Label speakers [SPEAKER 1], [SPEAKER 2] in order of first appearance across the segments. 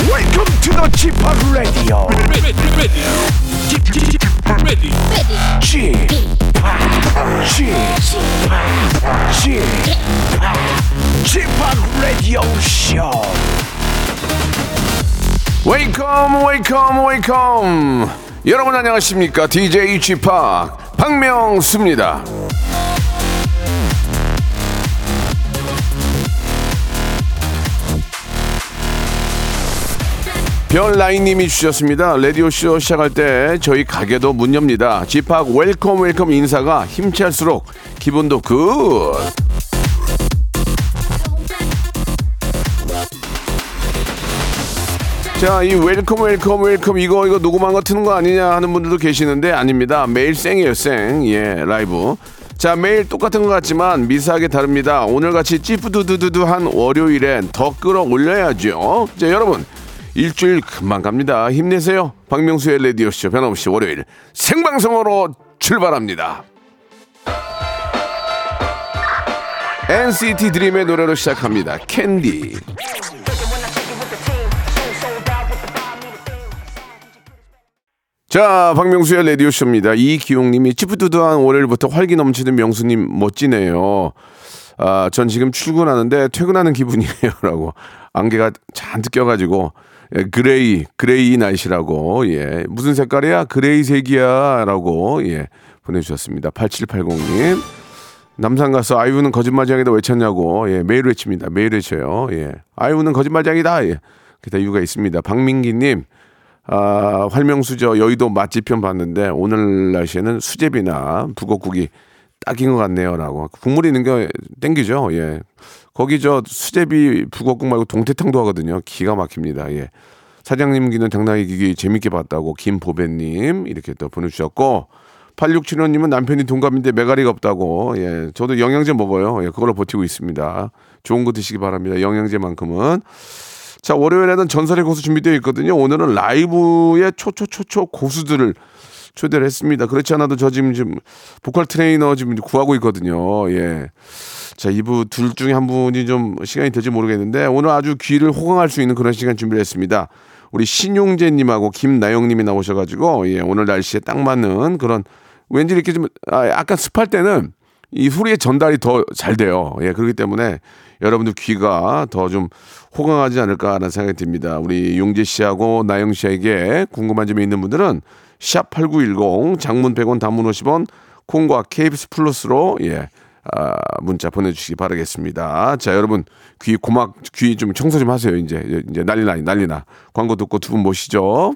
[SPEAKER 1] to the Chip Radio.
[SPEAKER 2] ready, ready, ready,
[SPEAKER 1] Chip, Chip, Chip, Chip Radio Show. Welcome, welcome, welcome. 여러분 안녕하십니까? DJ 지파 박명수입니다. 별라인님이 주셨습니다. 라디오쇼 시작할 때 저희 가게도 문 엽니다. 집합 웰컴 웰컴 인사가 힘찰수록 기분도 굿. 자, 이 웰컴 웰컴 웰컴 이거 이거 녹음한 거 트는 거 아니냐 하는 분들도 계시는데 아닙니다. 매일 생이에요, 생. 예, 라이브. 자, 매일 똑같은 것 같지만 미세하게 다릅니다. 오늘같이 찌뿌두두두두한 월요일엔 더 끌어올려야죠. 자, 여러분. 일주일 금방 갑니다. 힘내세요. 박명수의 라디오쇼 변함없이 월요일 생방송으로 출발합니다. NCT 드림의 노래로 시작합니다. 캔디. 자, 박명수의 라디오쇼입니다. 이기용님이 찌푸드드한 월요일부터 활기 넘치는 명수님 멋지네요. 아, 전 지금 출근하는데 퇴근하는 기분이에요. 라고. 안개가 잔뜩 껴가지고, 예, 그레이, 그레이 날씨라고, 예. 무슨 색깔이야? 그레이 색이야. 라고, 예. 보내주셨습니다. 8780님. 남산 가서 아이유는 거짓말쟁이다 외쳤냐고 예 매일 외칩니다 매일 외쳐요 예 아이유는 거짓말쟁이다 예 그다 이유가 있습니다 박민기님 아 활명수저 여의도 맛집편 봤는데 오늘 날씨에는 수제비나 북어국이 딱인 것 같네요라고 국물 있는 게 땡기죠 예 거기 저 수제비 북어국 말고 동태탕도 하거든요 기가 막힙니다 예 사장님 기는 당나귀 기기 재밌게 봤다고 김보배님 이렇게 또 보내주셨고 8675님은 남편이 동갑인데 메가리가 없다고 예 저도 영양제 먹어요 예 그걸로 버티고 있습니다 좋은 거 드시기 바랍니다 영양제만큼은 자 월요일에는 전설의 고수 준비되어 있거든요 오늘은 라이브의 초초초초 고수들을 초대를 했습니다 그렇지 않아도 저 지금 지금 보컬 트레이너 지금 구하고 있거든요 예. 자, 이부 둘 중에 한 분이 좀 시간이 될지 모르겠는데 오늘 아주 귀를 호강할 수 있는 그런 시간 준비를 했습니다. 우리 신용재 님하고 김나영 님이 나오셔 가지고 예, 오늘 날씨에 딱 맞는 그런 왠지 이렇게 좀 아, 약간 습할 때는 이 소리의 전달이 더 잘 돼요. 예, 그렇기 때문에 여러분들 귀가 더 좀 호강하지 않을까라는 생각이 듭니다. 우리 용재 씨하고 나영 씨에게 궁금한 점이 있는 분들은 샵8910 장문 100원 단문 50원 콩과 KBS 플러스로 예. 아, 문자 보내주시기 바라겠습니다. 자, 여러분 귀 고막 귀 좀 청소 좀 하세요. 이제 이제 난리나 난리나 광고 듣고 두 분 모시죠.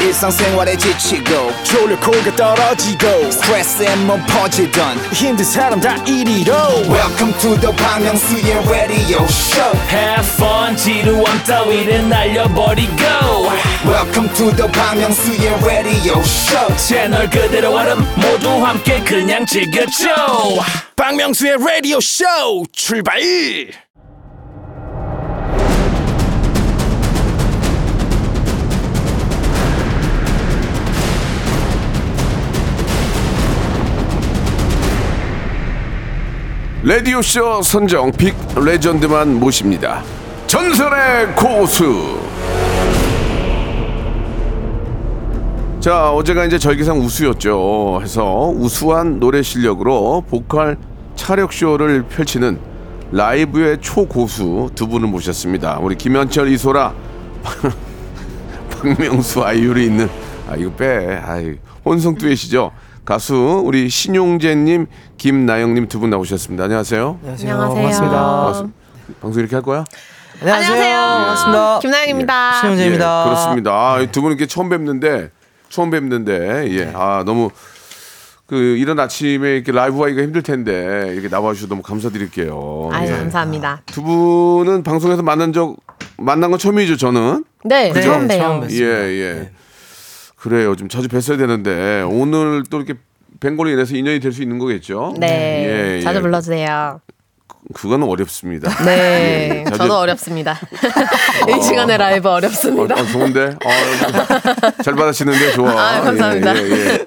[SPEAKER 3] 일상생활에 지치고, 졸려 코가 떨어지고, 스트레스에 몸 퍼지던, 힘든 사람 다 이리로. welcome to the Bang Myung-soo's radio show
[SPEAKER 4] Have fun 지루함 따위를 날려버리고
[SPEAKER 3] welcome to the Bang Myung-soo's radio show
[SPEAKER 4] 채널 그대로 얼음 모두 함께 그냥 즐겨줘
[SPEAKER 2] 박명수의 라디오 쇼 출발!
[SPEAKER 1] 라디오 쇼 선정 빅 레전드만 모십니다. 전설의 고수. 자, 어제가 이제 절기상 우수였죠. 해서 우수한 노래 실력으로 보컬 차력쇼를 펼치는 라이브의 초고수 두 분을 모셨습니다. 우리 김현철, 이소라, 박명수, 아이유리 있는, 아, 이거 빼. 아이, 혼성두엣이죠. 가수, 우리 신용재님, 김나영님 두 분 나오셨습니다. 안녕하세요.
[SPEAKER 5] 안녕하세요.
[SPEAKER 1] 반갑습- 방송 이렇게 할 거야?
[SPEAKER 5] 안녕하세요.
[SPEAKER 6] 반갑습니다.
[SPEAKER 5] 김나영입니다. 네.
[SPEAKER 6] 신영재입니다.
[SPEAKER 1] 예, 그렇습니다. 아, 이두 분은 이렇게 처음 뵙는데 처음 뵙는데 예. 아, 너무 그 이런 아침에 이렇게 라이브 하기가 힘들 텐데 이렇게 나와 주셔서 너무 감사드릴게요.
[SPEAKER 5] 아유,
[SPEAKER 1] 예.
[SPEAKER 5] 감사합니다.
[SPEAKER 1] 두 분은 방송에서 만난 적 만난 건 처음이죠, 저는.
[SPEAKER 5] 네,
[SPEAKER 6] 네,
[SPEAKER 5] 처음
[SPEAKER 6] 처음
[SPEAKER 5] 봬요.
[SPEAKER 6] 뵀어요.
[SPEAKER 1] 예, 예.
[SPEAKER 5] 네.
[SPEAKER 1] 그래요. 좀 자주 뵀어야 되는데 오늘 또 이렇게 뵌 걸로 인해서 인연이 될 수 있는 거겠죠?
[SPEAKER 5] 네,
[SPEAKER 1] 예,
[SPEAKER 5] 자주
[SPEAKER 1] 예.
[SPEAKER 5] 불러주세요.
[SPEAKER 1] 그건 어렵습니다. 예.
[SPEAKER 5] 네,
[SPEAKER 1] 자주-
[SPEAKER 5] 저도 어렵습니다. 이 시간에 라이브
[SPEAKER 1] 어,
[SPEAKER 5] 어렵습니다.
[SPEAKER 1] 어, 좋은데? 어, 잘 받아치는데 좋아.
[SPEAKER 5] 아, 감사합니다.
[SPEAKER 1] 예, 예, 예.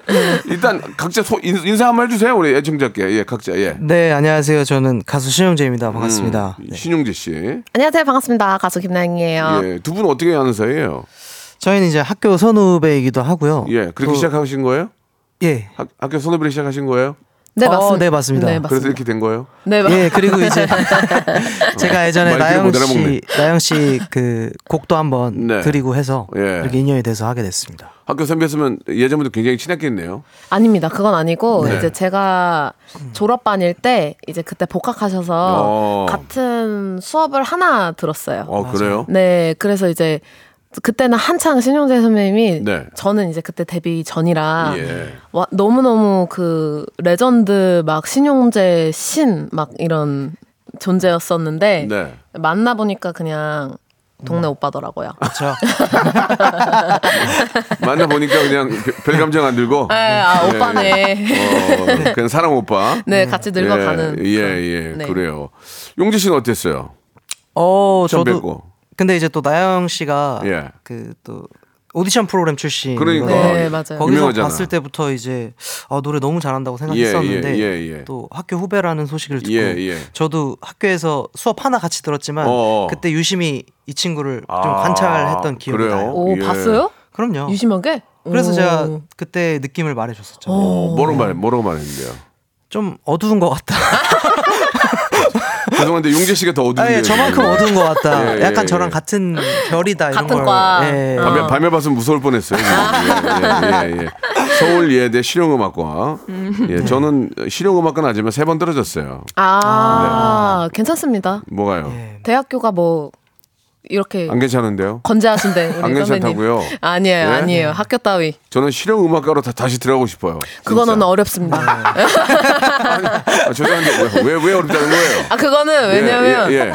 [SPEAKER 1] 일단 각자 소, 인- 인사 한번 해주세요. 우리 애청자께. 예, 각자. 예.
[SPEAKER 6] 네, 안녕하세요. 저는 가수 신영재입니다.
[SPEAKER 1] 음,
[SPEAKER 6] 반갑습니다. 네.
[SPEAKER 1] 신용재 씨.
[SPEAKER 5] 안녕하세요, 반갑습니다. 가수 김나영이에요.
[SPEAKER 1] 예. 두 분 어떻게 아는 사이예요?
[SPEAKER 6] 저희는 이제 학교 선후배이기도 하고요.
[SPEAKER 1] 예, 그렇게
[SPEAKER 6] 또-
[SPEAKER 1] 시작하신 거예요?
[SPEAKER 6] 예.
[SPEAKER 1] 학, 학교 선후배를 시작하신 거예요?
[SPEAKER 5] 네,
[SPEAKER 6] 어,
[SPEAKER 5] 맞습니다.
[SPEAKER 6] 네, 맞습니다.
[SPEAKER 5] 네,
[SPEAKER 1] 그래서
[SPEAKER 5] 맞습니다.
[SPEAKER 1] 이렇게 된 거예요?
[SPEAKER 5] 네, 맞-
[SPEAKER 6] 예, 그리고 이제 제가 예전에
[SPEAKER 1] 말귀를
[SPEAKER 6] 나영
[SPEAKER 1] 못 알아먹네.
[SPEAKER 6] 씨, 나영 씨 그 곡도 한번
[SPEAKER 1] 네.
[SPEAKER 6] 드리고 해서
[SPEAKER 1] 예.
[SPEAKER 6] 이렇게 인연이 돼서 하게 됐습니다.
[SPEAKER 1] 학교 선배였으면 예전부터 굉장히 친했겠네요.
[SPEAKER 5] 아닙니다. 그건 아니고
[SPEAKER 1] 네.
[SPEAKER 5] 이제 제가 졸업반일 때 이제 그때 복학하셔서
[SPEAKER 1] 어.
[SPEAKER 5] 같은 수업을 하나 들었어요.
[SPEAKER 1] 어, 그래요?
[SPEAKER 5] 네, 그래서 이제 그때는 한창 신용재 선배님이
[SPEAKER 1] 네.
[SPEAKER 5] 저는 이제 그때 데뷔 전이라
[SPEAKER 1] 예.
[SPEAKER 5] 와, 너무너무 그 레전드 막 신용재 신 막 이런 존재였었는데
[SPEAKER 1] 네. 음.
[SPEAKER 5] 만나보니까 그냥 동네 오빠더라고요. 아,
[SPEAKER 6] 그렇죠.
[SPEAKER 1] 만나 보니까 그냥 별- 별 감정 안 들고.
[SPEAKER 5] 네, 아,
[SPEAKER 1] 예,
[SPEAKER 5] 오빠네.
[SPEAKER 1] 어, 그냥 사랑 오빠.
[SPEAKER 5] 네, 같이 늙어가는.
[SPEAKER 1] 예, 예, 예.
[SPEAKER 5] 네.
[SPEAKER 1] 그래요. 용지 씨는 어땠어요?
[SPEAKER 6] 어,
[SPEAKER 1] 처음
[SPEAKER 6] 저도
[SPEAKER 1] 뵙고.
[SPEAKER 6] 근데 이제 또 나영 씨가
[SPEAKER 1] 예.
[SPEAKER 6] 그 또 오디션 프로그램 출신
[SPEAKER 1] 그러니까.
[SPEAKER 5] 네, 맞아요.
[SPEAKER 6] 거기서
[SPEAKER 1] 유명하잖아.
[SPEAKER 6] 봤을 때부터 이제 아, 노래 너무 잘한다고
[SPEAKER 1] 예,
[SPEAKER 6] 생각했었는데
[SPEAKER 1] 예, 예, 예.
[SPEAKER 6] 또 학교 후배라는 소식을 듣고
[SPEAKER 1] 예, 예.
[SPEAKER 6] 저도 학교에서 수업 하나 같이 들었지만
[SPEAKER 1] 어어.
[SPEAKER 6] 그때 유심히 이 친구를 좀
[SPEAKER 1] 아,
[SPEAKER 6] 관찰했던 기억이
[SPEAKER 1] 그래요?
[SPEAKER 6] 나요.
[SPEAKER 5] 오,
[SPEAKER 1] 예.
[SPEAKER 5] 봤어요?
[SPEAKER 6] 그럼요.
[SPEAKER 5] 유심하게?
[SPEAKER 6] 그래서
[SPEAKER 5] 오.
[SPEAKER 6] 제가 그때 느낌을 말해줬었죠.
[SPEAKER 1] 어, 뭐라고 말, 뭐라고 말했는데요?
[SPEAKER 6] 좀 어두운 것 같다.
[SPEAKER 1] 죄송한데 용재 씨가 더 어두운데.
[SPEAKER 6] 아, 예, 저만큼 어두운 것 같다.
[SPEAKER 1] 예, 예,
[SPEAKER 6] 약간
[SPEAKER 1] 예. 아.
[SPEAKER 6] 저랑 같은 결이다. 이런
[SPEAKER 5] 같은
[SPEAKER 6] 걸.
[SPEAKER 5] 과.
[SPEAKER 6] 예.
[SPEAKER 5] 어.
[SPEAKER 1] 밤에 밤에 봤으면 무서울 뻔했어요. 예, 예, 예, 예. 서울 예대 실용음악과. 예, 저는 실용음악과는 아니지만 세 번 떨어졌어요.
[SPEAKER 5] 아, 괜찮습니다.
[SPEAKER 1] 뭐가요?
[SPEAKER 6] 예.
[SPEAKER 5] 대학교가 뭐 이렇게
[SPEAKER 1] 네. 안 괜찮은데요?
[SPEAKER 5] 건재하신데 우리
[SPEAKER 1] 안 괜찮다고요?
[SPEAKER 5] 선배님. 아니에요,
[SPEAKER 1] 예?
[SPEAKER 5] 아니에요. 학교 따위.
[SPEAKER 1] 저는 실용음악과로 다, 다시 들어가고 싶어요. 진짜.
[SPEAKER 5] 그거는 어렵습니다.
[SPEAKER 1] 아, 죄송한데 왜왜 왜 어렵다는 거예요?
[SPEAKER 5] 아, 그거는 왜냐면
[SPEAKER 1] 예, 예, 예.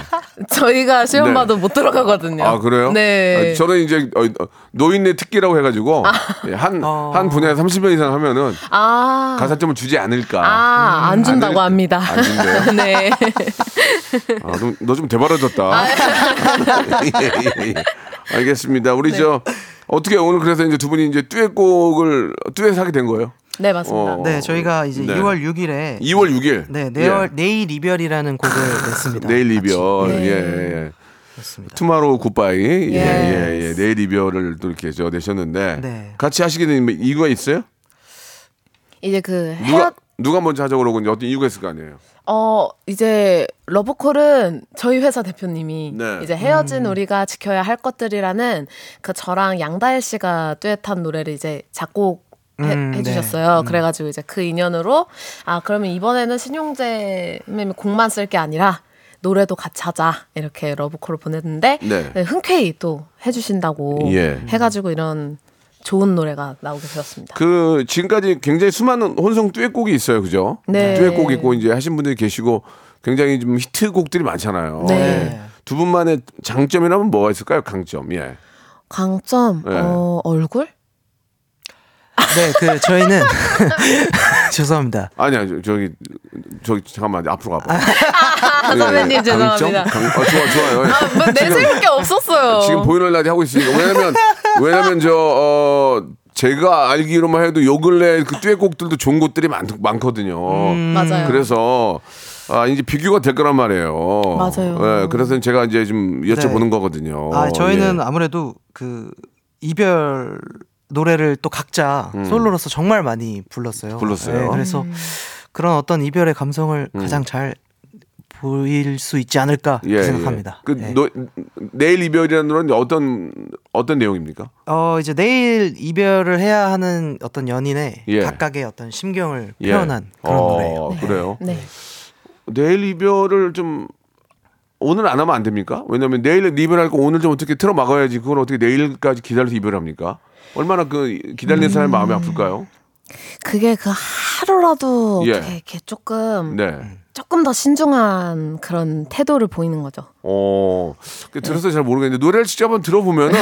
[SPEAKER 5] 저희가 시험
[SPEAKER 1] 네.
[SPEAKER 5] 봐도 못 들어가거든요.
[SPEAKER 1] 아 그래요?
[SPEAKER 5] 네.
[SPEAKER 1] 아, 저는 이제 어, 어, 노인네 특기라고 해가지고 예, 한 한
[SPEAKER 6] 어.
[SPEAKER 1] 분야에 30년 이상 하면은
[SPEAKER 5] 아,
[SPEAKER 1] 가산점을 주지 않을까.
[SPEAKER 5] 아, 안 준다고
[SPEAKER 1] 안 들-
[SPEAKER 5] 합니다.
[SPEAKER 1] 안 준대요?
[SPEAKER 5] 네.
[SPEAKER 1] 아, 좀, 너좀
[SPEAKER 6] 아,
[SPEAKER 1] 대바라졌다. 예,
[SPEAKER 6] 네.
[SPEAKER 1] 예, 예. 알겠습니다. 우리 저 어떻게 오늘 그래서 이제 두 분이 이제 듀엣곡을 듀엣 하게 된 거예요?
[SPEAKER 5] 네, 맞습니다.
[SPEAKER 1] 어.
[SPEAKER 6] 네, 저희가 이제
[SPEAKER 1] 네.
[SPEAKER 6] 2월 6일에
[SPEAKER 1] 2월 6일.
[SPEAKER 6] 네, 내일, 내일 이별이라는 곡을 냈습니다.
[SPEAKER 1] 내일 예. 아, 이별.
[SPEAKER 6] 네.
[SPEAKER 1] 예, 예. 투마로우 굿바이. 예, 예, 예. 내일 이별을 또 이렇게 저 내셨는데
[SPEAKER 6] 네.
[SPEAKER 1] 같이 하시게 된 이유가 있어요?
[SPEAKER 5] 이제 그 헤어
[SPEAKER 1] 누가 누가 먼저 하자고 그러고 이제 어떤 이유가 있을 거 아니에요.
[SPEAKER 5] 어 이제 러브콜은 저희 회사 대표님이
[SPEAKER 1] 네.
[SPEAKER 5] 이제
[SPEAKER 6] 음.
[SPEAKER 5] 헤어진 우리가 지켜야 할 것들이라는 그 저랑 양다혜 씨가 듀엣한 노래를 이제 작곡 해,
[SPEAKER 6] 음,
[SPEAKER 5] 해주셨어요. 그래가지고 이제 그 인연으로 아 그러면 이번에는 신용재 선배님 곡만 쓸 게 아니라 노래도 같이 하자 이렇게 러브콜을 보냈는데
[SPEAKER 1] 네.
[SPEAKER 5] 네, 흔쾌히 또 해주신다고
[SPEAKER 1] 예.
[SPEAKER 5] 해가지고 이런 좋은 노래가 나오게 되었습니다.
[SPEAKER 1] 그 지금까지 굉장히 수많은 혼성 듀엣곡이 있어요, 그죠?
[SPEAKER 5] 네.
[SPEAKER 1] 듀엣곡 있고 이제 하신 분들이 계시고 굉장히 좀 히트곡들이 많잖아요.
[SPEAKER 5] 네.
[SPEAKER 1] 예. 두 분만의 장점이라면 뭐가 있을까요? 강점. 예.
[SPEAKER 5] 강점
[SPEAKER 1] 예.
[SPEAKER 5] 어, 얼굴?
[SPEAKER 6] 네, 그 저희는 죄송합니다.
[SPEAKER 1] 아니야 저- 저기 저기 잠깐만 앞으로 가봐. 예, 예.
[SPEAKER 5] 아, 선배님, 죄송합니다.
[SPEAKER 1] 강, 아, 좋아 좋아요. 예.
[SPEAKER 5] 뭐 내세울 게 없었어요.
[SPEAKER 1] 지금 보이는 라디 하고 있으니까 왜냐면 왜냐면 저 어, 제가 알기로만 해도 요 근래 그 듀엣곡들도 좋은 곡들이 많, 많거든요.
[SPEAKER 5] 맞아요.
[SPEAKER 1] 음, 그래서 아 이제 비교가 될 거란 말이에요.
[SPEAKER 5] 맞아요.
[SPEAKER 1] 예, 그래서 제가 이제 좀 여쭤보는
[SPEAKER 6] 네.
[SPEAKER 1] 거거든요.
[SPEAKER 6] 아, 저희는
[SPEAKER 1] 예.
[SPEAKER 6] 아무래도 그 이별 노래를 또 각자 솔로로서 정말 많이 불렀어요.
[SPEAKER 1] 음. 불렀어요. 음.
[SPEAKER 6] 네, 그래서 그런 어떤 이별의 감성을 가장 잘 보일 수 있지 않을까
[SPEAKER 1] 예, 예.
[SPEAKER 6] 생각합니다.
[SPEAKER 1] 그
[SPEAKER 6] 네.
[SPEAKER 1] 노- 내일 이별이라는 노래는 어떤 어떤 내용입니까?
[SPEAKER 6] 어 이제 내일 이별을 해야 하는 어떤 연인의
[SPEAKER 1] 예.
[SPEAKER 6] 각각의 어떤 심경을
[SPEAKER 1] 예.
[SPEAKER 6] 표현한 그런
[SPEAKER 1] 어,
[SPEAKER 6] 노래예요.
[SPEAKER 1] 그래요.
[SPEAKER 5] 네.
[SPEAKER 1] 내일 이별을 좀 오늘 안 하면 안 됩니까? 왜냐면 내일 이별할 거 오늘 좀 어떻게 틀어 막아야지 그걸 어떻게 내일까지 기다려서 이별합니까? 얼마나 그 기다리는 사람의 마음이 아플까요?
[SPEAKER 5] 그게 그 하루라도
[SPEAKER 1] 예.
[SPEAKER 5] 어떻게 이렇게 조금
[SPEAKER 1] 네.
[SPEAKER 5] 조금 더 신중한 그런 태도를 보이는 거죠.
[SPEAKER 1] 어, 그 들어서 잘 모르겠는데 노래를 직접 한번 들어보면은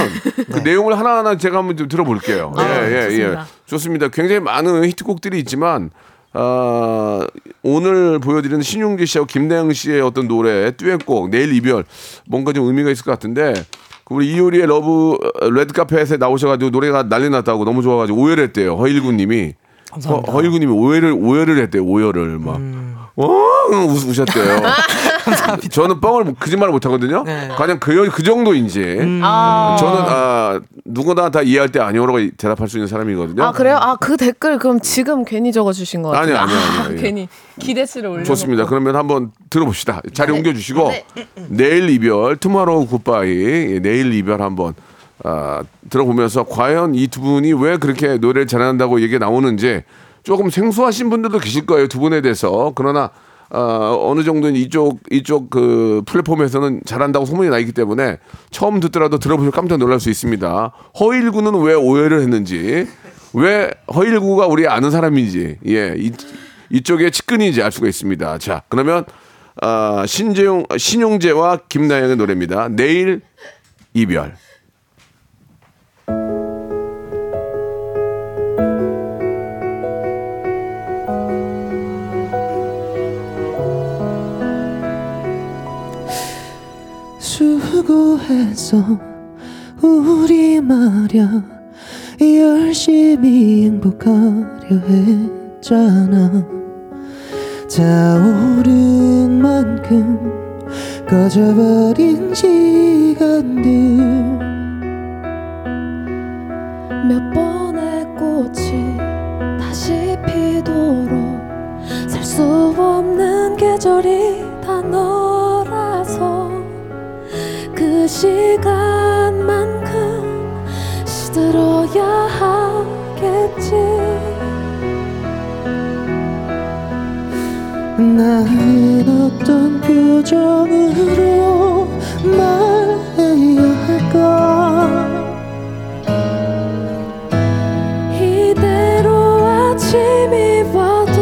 [SPEAKER 1] 그 내용을 하나하나 제가 한번 좀 들어볼게요.
[SPEAKER 5] 아,
[SPEAKER 1] 예, 예,
[SPEAKER 5] 좋습니다.
[SPEAKER 1] 예. 좋습니다. 굉장히 많은 히트곡들이 있지만 아, 오늘 보여드리는 신용재 씨하고 김나영 씨의 어떤 노래 듀엣곡 내일 이별 뭔가 좀 의미가 있을 것 같은데 그 우리 이효리의 러브 어, 레드카펫에 나오셔가지고 노래가 난리 났다고 너무 좋아가지고 오열을 했대요 허일구님이
[SPEAKER 6] 감사합니다.
[SPEAKER 1] 허, 허일구님이 오열을 오열을 했대요 오열을 막 어, 웃, 우셨대요. 저는 뻥을 거짓말을 못 하거든요.
[SPEAKER 6] 네.
[SPEAKER 1] 가장 그, 그 정도인지. 저는 아, 누구나 다 이해할 때 아니오라고 대답할 수 있는 사람이거든요.
[SPEAKER 5] 아 그래요? 아 그 댓글 그럼 지금 괜히 적어주신 것 같아요.
[SPEAKER 1] 아니요, 아니요, 아니요, 예.
[SPEAKER 5] 괜히 기대치를 올려.
[SPEAKER 1] 좋습니다. 그러면 한번 들어봅시다. 자리
[SPEAKER 5] 네.
[SPEAKER 1] 옮겨주시고
[SPEAKER 5] 네.
[SPEAKER 1] 내일 이별, 투마로우 굿바이, 예, 내일 이별 한번 아, 들어보면서 과연 이 두 분이 왜 그렇게 노래를 잘한다고 얘기 가 나오는지 조금 생소하신 분들도 계실 거예요 두 분에 대해서 그러나 아, 어느 정도는 이쪽 이쪽 그 플랫폼에서는 잘한다고 소문이 나 있기 때문에 처음 듣더라도 들어보시면 깜짝 놀랄 수 있습니다. 허일구는 왜 오해를 했는지 왜 허일구가 우리 아는 사람인지 예 이, 이쪽에 측근인지 알 수가 있습니다. 자 그러면 아, 신재용 신용재와 김나영의 노래입니다. 내일 이별.
[SPEAKER 7] 수고했어 우리 말야 열심히 행복하려 했잖아 타오른 만큼 꺼져버린 시간들 몇 번의 꽃이 다시 피도록 살 수 없는 계절이 다 너라서 그 시간만큼 시들어야 하겠지 나는 어떤 표정으로 말해야 할까 이대로 아침이 와도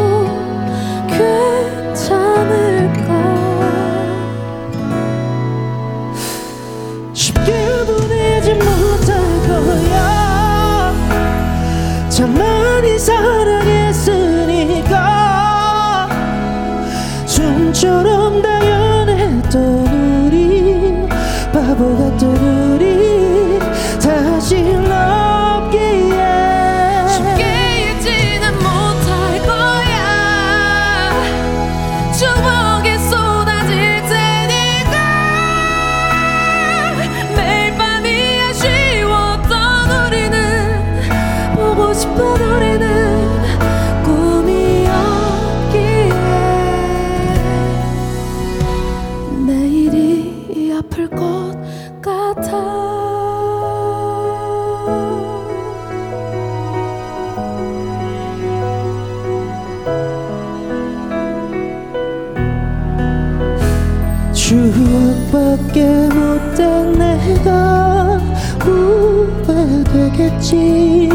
[SPEAKER 7] 괜찮을까 쉽게 보내지 못할 거야 참 많이 사랑했으니까 좀처럼 당연했던 우리 바보 같던 우리 다시 넘기에 쉽게 잊지는 못할 거야 추억이 쏟아질 테니까 매일 밤이 아쉬웠던 우리는 보고 싶은 우리는 꿈이었기에 내일이 아플 것 같아 추억밖에 못한 내가 후회되겠지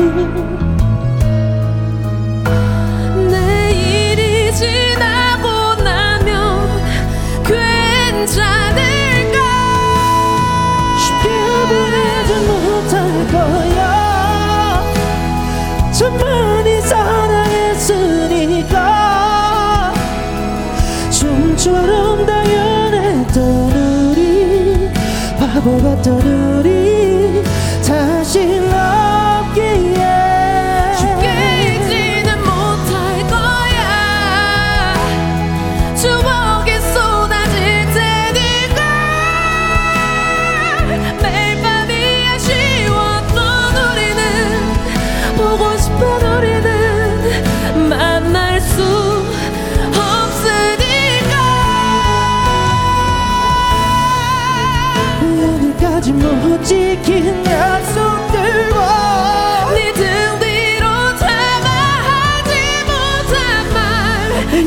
[SPEAKER 7] 내일이 지나고 나면 괜찮을까 쉽게 보내지 못할 거야 참 많이 사랑했으니까 좀처럼 당연했던 우리 바보 같던 우리 다시 넘기에 쉽게 잊지는 못할 거야 추억이 쏟아질 테니까 매일 밤이 아쉬웠던 우리는 보고 싶은 우리는 만날 수 없으니까 여기까지 못 지킨 약속들과 네 등 뒤로 담아 하지 못한 말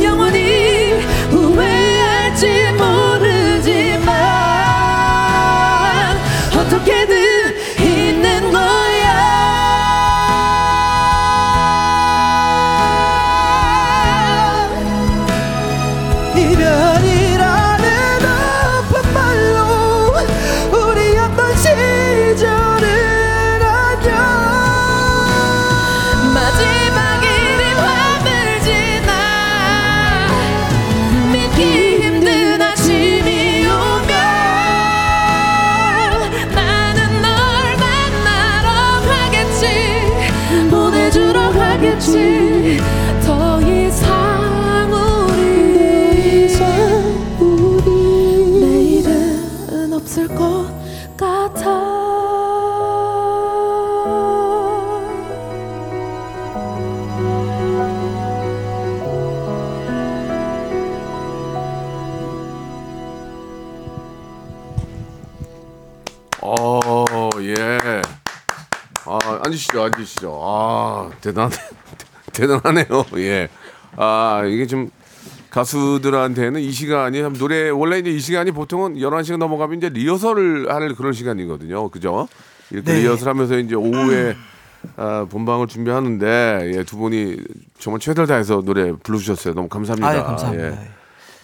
[SPEAKER 7] 영원히 후회할지 모르지만 어떻게든 있는 거야 이별이라는 아픈 말로 우리 어떤 시절을 안녕 마지막일이 네 밤을 지나 믿기 힘든 아침이 오면 나는 널 만나러 가겠지 보내주러 가겠지 더 이상 우리 내일은 없을 것 같아
[SPEAKER 1] 어, 예. 아, 앉으시죠, 앉으시죠. 아, 대단, 대단하네요. 예. 아, 이게 좀 가수들한테는 이 시간이 참 노래, 원래 이제 이 시간이 보통은 11시가 넘어가면 이제 리허설을 할 그런 시간이거든요. 그죠? 이렇게
[SPEAKER 6] 네.
[SPEAKER 1] 리허설 하면서 이제 오후에 아, 본방을 준비하는데, 예, 두 분이 정말 최선을 다해서 노래 불러주셨어요. 너무 감사합니다.
[SPEAKER 6] 아유, 감사합니다.
[SPEAKER 1] 예.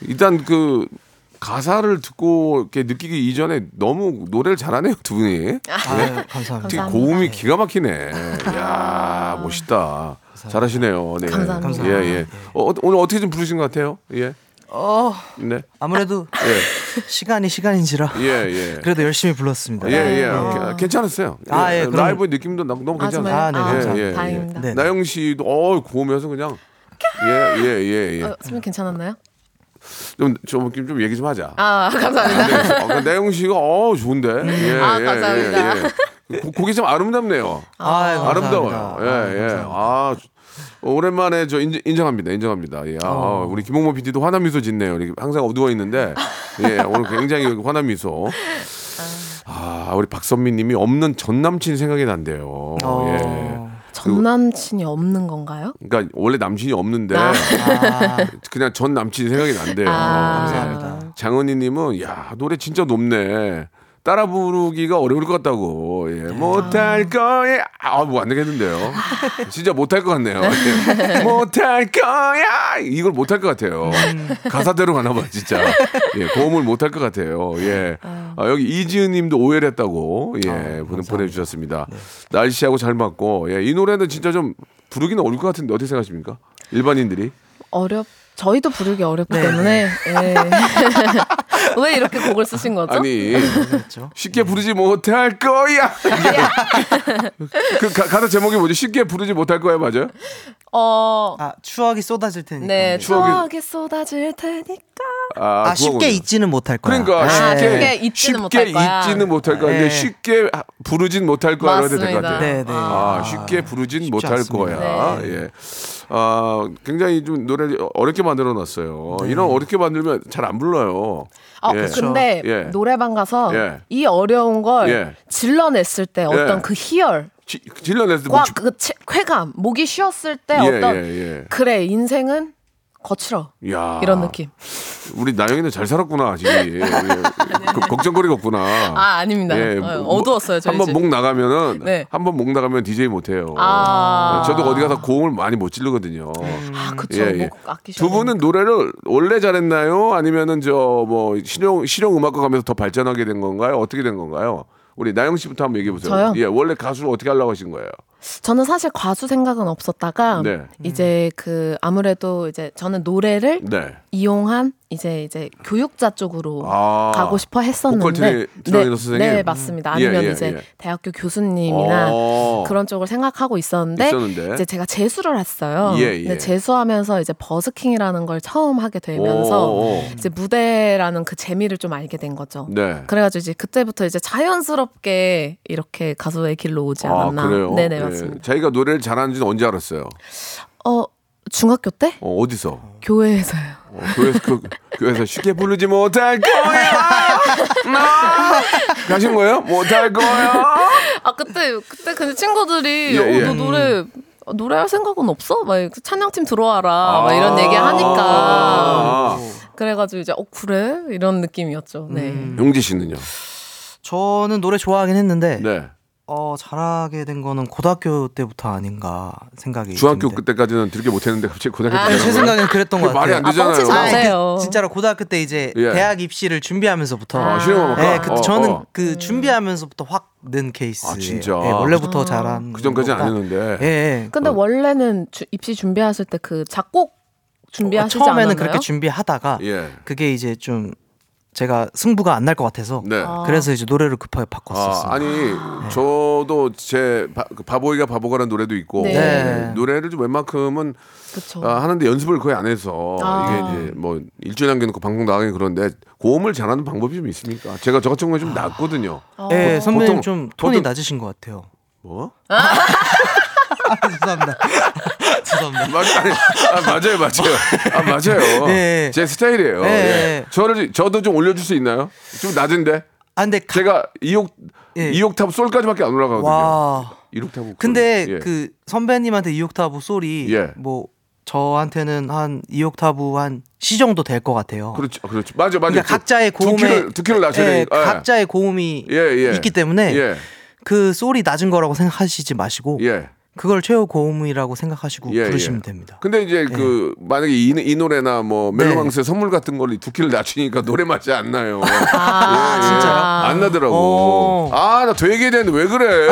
[SPEAKER 1] 일단 그 가사를 듣고 이렇게 느끼기 이전에 너무 노래를 잘하네요, 두 분이.
[SPEAKER 6] 아유, 감사합니다.
[SPEAKER 1] 특히
[SPEAKER 6] 아.
[SPEAKER 5] 감사합니다.
[SPEAKER 1] 고음이 기가 막히네. 야 멋있다. 잘하시네요. 네.
[SPEAKER 5] 감사합니다.
[SPEAKER 1] 예, 예. 어, 어, 오늘 어떻게 좀 부르신 것 같아요? 예.
[SPEAKER 5] 어,
[SPEAKER 1] 네.
[SPEAKER 6] 아무래도
[SPEAKER 1] 예.
[SPEAKER 6] 시간이 시간인지라
[SPEAKER 1] 예, 예.
[SPEAKER 6] 그래도 열심히 불렀습니다. 네.
[SPEAKER 1] 예, 예. 아, 괜찮았어요.
[SPEAKER 6] 아, 예, 그럼-
[SPEAKER 1] 라이브 느낌도 나- 너무
[SPEAKER 5] 아 정말
[SPEAKER 1] 괜찮아요.
[SPEAKER 6] 아, 네,
[SPEAKER 5] 아,
[SPEAKER 6] 감사합니다.
[SPEAKER 1] 예, 예, 예.
[SPEAKER 5] 다행입니다.
[SPEAKER 6] 네.
[SPEAKER 1] 나영 씨도 어, 고음에서 그냥 예, 예, 예, 예.
[SPEAKER 5] 어, 선배 괜찮았나요?
[SPEAKER 1] 좀, 좀, 좀 얘기 좀 하자.
[SPEAKER 5] 아 감사합니다.
[SPEAKER 1] 네. 어, 그 내용 씨가 어 좋은데. 예,
[SPEAKER 5] 아, 감사합니다.
[SPEAKER 1] 예. 고- 곡이 참 아름답네요.
[SPEAKER 6] 아유, 감사합니다.
[SPEAKER 1] 아름다워요. 예,
[SPEAKER 6] 아유,
[SPEAKER 1] 예.
[SPEAKER 6] 감사합니다.
[SPEAKER 1] 아, 오랜만에 저 인, 인정합니다. 인정합니다. 예. 아,
[SPEAKER 6] 어.
[SPEAKER 1] 우리 김홍모 PD도 환한 미소 짓네요. 이렇게 항상 어두워 있는데. 예, 오늘 굉장히 환한 미소. 아, 우리 박선민 님이 없는 전 남친 생각이 난대요.
[SPEAKER 6] 어.
[SPEAKER 1] 예.
[SPEAKER 5] 전 남친이 없는 건가요?
[SPEAKER 1] 그러니까 원래 남친이 없는데
[SPEAKER 5] 아.
[SPEAKER 6] 아,
[SPEAKER 1] 그냥 전 남친 생각이 난대요.
[SPEAKER 5] 아.
[SPEAKER 1] 예.
[SPEAKER 6] 감사합니다.
[SPEAKER 1] 장은희님은 야 노래 진짜 높네. 따라 부르기가 어려울 것 같다고. 예, 못할 거야. 아, 뭐 안 되겠는데요. 진짜 못할 것 같네요. 예. 못할 거야. 이걸 못할 것 같아요. 가사대로 가나 봐, 진짜. 예, 고음을 못할 것 같아요. 예. 아, 여기 이지은 님도 오해를 했다고. 예, 보내, 보내주셨습니다. 날씨하고 잘 맞고. 예, 이 노래는 진짜 좀 부르기는 어려울 것 같은데 어떻게 생각하십니까? 일반인들이.
[SPEAKER 5] 어렵 저희도 부르기
[SPEAKER 1] 네.
[SPEAKER 5] 어렵기 때문에 예. 왜 이렇게 곡을 쓰신 거죠?
[SPEAKER 1] 아니 쉽게 부르지 못할 거야. 그 가, 가사 제목이 뭐죠? 쉽게 부르지 못할 거야 맞아요?
[SPEAKER 5] 어,
[SPEAKER 6] 아, 추억이 쏟아질 테니까.
[SPEAKER 5] 네
[SPEAKER 1] 추억이-
[SPEAKER 5] 추억이 쏟아질 테니까
[SPEAKER 1] 아,
[SPEAKER 6] 아,
[SPEAKER 1] 그거군요.
[SPEAKER 6] 쉽게 잊지는 못할 거야.
[SPEAKER 1] 그러니까
[SPEAKER 5] 아,
[SPEAKER 1] 쉽게
[SPEAKER 5] 쉽게 잊지는 못할 거야.
[SPEAKER 1] 잊지는 못할 거야. 근데
[SPEAKER 6] 네.
[SPEAKER 1] 쉽게 부르진 못할 거야. 해도 될것
[SPEAKER 5] 맞습니다.
[SPEAKER 1] 같아요.
[SPEAKER 6] 네, 네.
[SPEAKER 1] 아, 쉽게 부르진
[SPEAKER 6] 쉽지
[SPEAKER 1] 못할
[SPEAKER 6] 않습니다.
[SPEAKER 1] 거야.
[SPEAKER 5] 네.
[SPEAKER 1] 예. 아, 굉장히 좀 노래 어렵게 만들어 놨어요.
[SPEAKER 6] 네.
[SPEAKER 1] 이런 어렵게 만들면 잘 안 불러요.
[SPEAKER 5] 어,
[SPEAKER 1] 예.
[SPEAKER 5] 근데
[SPEAKER 1] 예.
[SPEAKER 5] 노래방 가서
[SPEAKER 1] 예.
[SPEAKER 5] 이 어려운 걸
[SPEAKER 1] 예.
[SPEAKER 5] 질러냈을 때 어떤
[SPEAKER 1] 예.
[SPEAKER 5] 그 희열
[SPEAKER 1] 지- 질러냈을 때 뭐,
[SPEAKER 5] 과
[SPEAKER 1] 주-
[SPEAKER 5] 그 체- 쾌감 목이 쉬었을 때
[SPEAKER 1] 예,
[SPEAKER 5] 어떤
[SPEAKER 1] 예, 예.
[SPEAKER 5] 그래 인생은 거칠어
[SPEAKER 1] 야.
[SPEAKER 5] 이런 느낌 네.
[SPEAKER 1] 우리 나영이는 잘 살았구나 아직 예, 예. 거- 걱정거리가 없구나.
[SPEAKER 5] 아 아닙니다 어, 어두웠어요 저희
[SPEAKER 1] 예, 뭐, 한번
[SPEAKER 5] 집.
[SPEAKER 1] 목 나가면은
[SPEAKER 5] 네.
[SPEAKER 1] 한번 목 나가면 DJ 못 해요. 네,
[SPEAKER 5] 아.
[SPEAKER 1] 저도 어디 가서 고음을 많이 못 지르거든요.
[SPEAKER 5] 아 그쵸
[SPEAKER 1] 예, 예.
[SPEAKER 5] 목 아끼셔
[SPEAKER 1] 두 분은 노래를 원래 잘했나요? 아니면은 저 뭐 실용 실용 음악과 가면서 더 발전하게 된 건가요? 어떻게 된 건가요? 우리 나영 씨부터 한번 얘기해 보세요.
[SPEAKER 5] 저요?
[SPEAKER 1] 예, 원래 가수를 어떻게 하려고 하신 거예요?
[SPEAKER 5] 저는 사실 과수 생각은 없었다가
[SPEAKER 1] 네.
[SPEAKER 5] 이제 그 아무래도 이제 저는 노래를
[SPEAKER 1] 네.
[SPEAKER 5] 이용한 이제 이제 교육자 쪽으로
[SPEAKER 1] 아.
[SPEAKER 5] 가고 싶어
[SPEAKER 1] 보컬
[SPEAKER 5] 했었는데
[SPEAKER 1] 트레- 트레이너 선생님?
[SPEAKER 5] 네 맞습니다
[SPEAKER 1] 음. 예,
[SPEAKER 5] 아니면
[SPEAKER 1] 예,
[SPEAKER 5] 이제
[SPEAKER 1] 예.
[SPEAKER 5] 대학교 교수님이나
[SPEAKER 1] 어.
[SPEAKER 5] 그런 쪽을 생각하고 있었는데,
[SPEAKER 1] 있었는데.
[SPEAKER 5] 이제 제가 재수를 했어요
[SPEAKER 1] 예, 예.
[SPEAKER 5] 근데 재수하면서 이제 버스킹이라는 걸 처음 하게 되면서
[SPEAKER 1] 오.
[SPEAKER 5] 이제 무대라는 그 재미를 좀 알게 된 거죠
[SPEAKER 1] 네.
[SPEAKER 5] 그래가지고 이제 그때부터 이제 자연스럽게 이렇게 가수의 길로 오지
[SPEAKER 1] 아
[SPEAKER 5] 않았나
[SPEAKER 1] 그래요?
[SPEAKER 5] 네네
[SPEAKER 1] 예.
[SPEAKER 5] 맞습니다
[SPEAKER 1] 자기가 노래를 잘하는지는 언제 알았어요?
[SPEAKER 5] 어 중학교 때
[SPEAKER 1] 예. 어, 어디서?
[SPEAKER 5] 교회에서요.
[SPEAKER 1] 어, 교회에서, 교, 교회에서 쉽게 부르지 못할 거야. 나 가신 거예요? 못할 거야.
[SPEAKER 5] 아 그때 그때 근데
[SPEAKER 1] 예,
[SPEAKER 5] 친구들이
[SPEAKER 1] 예.
[SPEAKER 5] 어 너 노래 어, 노래할 생각은 없어? 막 이렇게 찬양팀 들어와라 막
[SPEAKER 1] 아.
[SPEAKER 5] 이런 얘기 하니까
[SPEAKER 1] 아.
[SPEAKER 5] 그래가지고 이제 어 그래 이런 느낌이었죠. 네.
[SPEAKER 1] 용지 씨는요?
[SPEAKER 6] 저는 노래 좋아하긴 했는데
[SPEAKER 1] 네.
[SPEAKER 6] 어, 잘하게 된 거는 고등학교 때부터 아닌가 생각이
[SPEAKER 1] 네, 중학교
[SPEAKER 6] 듭니다.
[SPEAKER 1] 그때까지는 들게 못했는데 갑자기 고등학교 때.
[SPEAKER 5] 아,
[SPEAKER 1] 되는
[SPEAKER 6] 제
[SPEAKER 1] 거예요?
[SPEAKER 6] 생각엔 그랬던 것
[SPEAKER 1] 그게 말이 안 되잖아요.
[SPEAKER 5] 아,
[SPEAKER 6] 같아요.
[SPEAKER 5] 뻥치지
[SPEAKER 1] 아,
[SPEAKER 5] 마세요.
[SPEAKER 6] 그 진짜로 고등학교 때 이제
[SPEAKER 1] 예.
[SPEAKER 6] 대학 입시를 준비하면서부터
[SPEAKER 1] 아, 실용음악.
[SPEAKER 6] 네, 그때
[SPEAKER 1] 어,
[SPEAKER 6] 저는
[SPEAKER 1] 어.
[SPEAKER 6] 그 준비하면서부터 확 는 케이스.
[SPEAKER 1] 아, 진짜?
[SPEAKER 6] 예, 원래부터 잘한.
[SPEAKER 1] 그 전까지는 안
[SPEAKER 6] 것보다.
[SPEAKER 1] 했는데.
[SPEAKER 6] 예. 예.
[SPEAKER 5] 근데 원래는 주- 입시 준비하실 때 그 작곡
[SPEAKER 6] 어,
[SPEAKER 5] 준비하시지
[SPEAKER 6] 처음에는
[SPEAKER 5] 않았나요?
[SPEAKER 6] 그렇게 준비하다가
[SPEAKER 1] 예.
[SPEAKER 6] 그게 이제 좀 제가 승부가 안 날 것 같아서
[SPEAKER 1] 네.
[SPEAKER 6] 그래서 이제 노래를 급하게
[SPEAKER 1] 아,
[SPEAKER 6] 바꿨었어요.
[SPEAKER 1] 아니
[SPEAKER 6] 네.
[SPEAKER 1] 저도 제 바, 그 바보이가 바보가라는 노래도 있고
[SPEAKER 5] 네.
[SPEAKER 6] 네.
[SPEAKER 1] 노래를 좀 웬만큼은
[SPEAKER 5] 그쵸.
[SPEAKER 1] 아, 하는데 연습을 거의 안 해서
[SPEAKER 5] 아.
[SPEAKER 1] 이게 이제 뭐 일주일 남겨놓고 방송 나가긴 그런데 고음을 잘하는 방법이 좀 있습니까? 제가 저 같은 경우는 좀 낮거든요.
[SPEAKER 5] 아.
[SPEAKER 6] 예, 선배님
[SPEAKER 1] 보통-
[SPEAKER 6] 좀 톤이
[SPEAKER 1] 보통-
[SPEAKER 6] 낮으신 것 같아요.
[SPEAKER 1] 뭐?
[SPEAKER 6] 아, 죄송합니다. 죄송합니다.
[SPEAKER 1] 맞, 아니, 아, 맞아요, 맞아요. 아, 맞아요.
[SPEAKER 6] 예.
[SPEAKER 1] 제 스타일이에요.
[SPEAKER 6] 예,
[SPEAKER 1] 예.
[SPEAKER 6] 예.
[SPEAKER 1] 저를 저도 좀 올려줄 수 있나요? 좀 낮은데
[SPEAKER 6] 아 근데 가-
[SPEAKER 1] 제가 2옥
[SPEAKER 6] 예.
[SPEAKER 1] 이옥탑 솔까지밖에 안 올라가거든요.
[SPEAKER 6] 와.
[SPEAKER 1] 이렇게 하고.
[SPEAKER 6] 근데
[SPEAKER 1] 그러면, 예.
[SPEAKER 6] 그 선배님한테 2옥타브 소리
[SPEAKER 1] 예.
[SPEAKER 6] 뭐 저한테는 한 2옥타브 한 C 정도 될 것 같아요.
[SPEAKER 1] 그렇죠, 그렇죠. 맞아, 맞아.
[SPEAKER 6] 그러니까 각자의
[SPEAKER 1] 두
[SPEAKER 6] 고음에
[SPEAKER 1] 키를, 두 키를 낮춰야
[SPEAKER 6] 예,
[SPEAKER 1] 되니까. 예.
[SPEAKER 6] 각자의 고음이
[SPEAKER 1] 예, 예.
[SPEAKER 6] 있기 때문에
[SPEAKER 1] 예,
[SPEAKER 6] 그 소리 낮은 거라고 생각하시지 마시고
[SPEAKER 1] 예.
[SPEAKER 6] 그걸 최후 고음이라고 생각하시고
[SPEAKER 1] 예,
[SPEAKER 6] 부르시면
[SPEAKER 1] 예.
[SPEAKER 6] 됩니다.
[SPEAKER 1] 근데 이제 그 만약에 이, 이 노래나 뭐 멜로망스의
[SPEAKER 6] 네.
[SPEAKER 1] 선물 같은 걸로 두 키를 낮추니까 노래 맛이 안 나요.
[SPEAKER 5] 아,
[SPEAKER 1] 예, 안 나더라고.
[SPEAKER 6] 어.
[SPEAKER 1] 아 나 되게 되는데 왜 그래?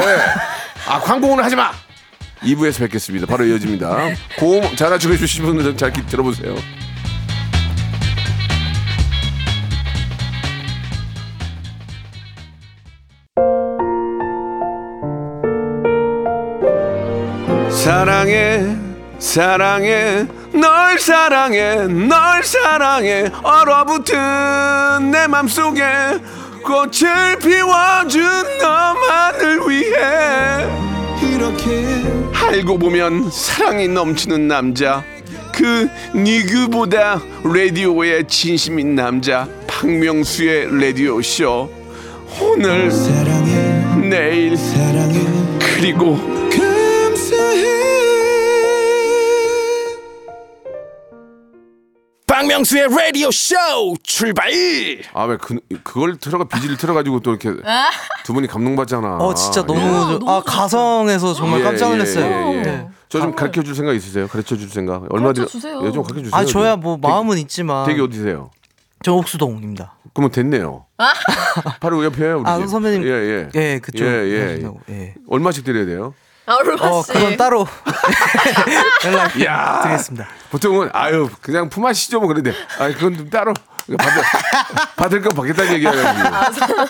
[SPEAKER 1] 아 광고는 하지 마. 2부에서 뵙겠습니다. 바로 이어집니다. 고음 잘 맞추고 해주신 분들 잘 기- 들어보세요. 사랑해 사랑해 널 사랑해 널 사랑해 얼어붙은 내 맘속에 꽃을 피워준 너만을 위해 이렇게 알고 보면 사랑이 넘치는 남자 그 니그보다 라디오에 진심인 남자 박명수의 라디오 쇼 오늘 내일 그리고
[SPEAKER 2] 박명수의 라디오 쇼 출발!
[SPEAKER 1] 아 왜 그 그걸 틀어가 비지를 틀어가지고 또 이렇게 두 분이 감동받잖아.
[SPEAKER 6] 어 진짜 너무
[SPEAKER 1] 예.
[SPEAKER 6] 아, 가성에서 정말
[SPEAKER 1] 예,
[SPEAKER 6] 깜짝
[SPEAKER 1] 예,
[SPEAKER 6] 놀랐어요.
[SPEAKER 1] 예, 예.
[SPEAKER 6] 네.
[SPEAKER 1] 저좀 가르쳐 줄 생각 있으세요? 가르쳐 줄 생각 얼마 전에
[SPEAKER 5] 가르쳐주세요.
[SPEAKER 1] 예, 좀 가르쳐 주세요.
[SPEAKER 6] 아 저야 뭐 마음은 있지만
[SPEAKER 1] 되게 어디세요?
[SPEAKER 6] 저 옥수동입니다.
[SPEAKER 1] 그러면 됐네요.
[SPEAKER 5] 아.
[SPEAKER 1] 바로 옆에요. 우리
[SPEAKER 6] 아,
[SPEAKER 1] 집.
[SPEAKER 6] 선배님.
[SPEAKER 1] 예 예.
[SPEAKER 6] 예 그쪽
[SPEAKER 1] 예, 예.
[SPEAKER 6] 예.
[SPEAKER 1] 얼마씩 드려야 돼요?
[SPEAKER 5] 아, 얼마
[SPEAKER 6] 어
[SPEAKER 5] 씨.
[SPEAKER 6] 그건 따로 연락
[SPEAKER 1] 야.
[SPEAKER 6] 아, 드리겠습니다.
[SPEAKER 1] 보통은 아유 그냥 품앗이죠 뭐 그런데 아 그건 좀 따로 받을 받을 거 받겠다는 얘기하는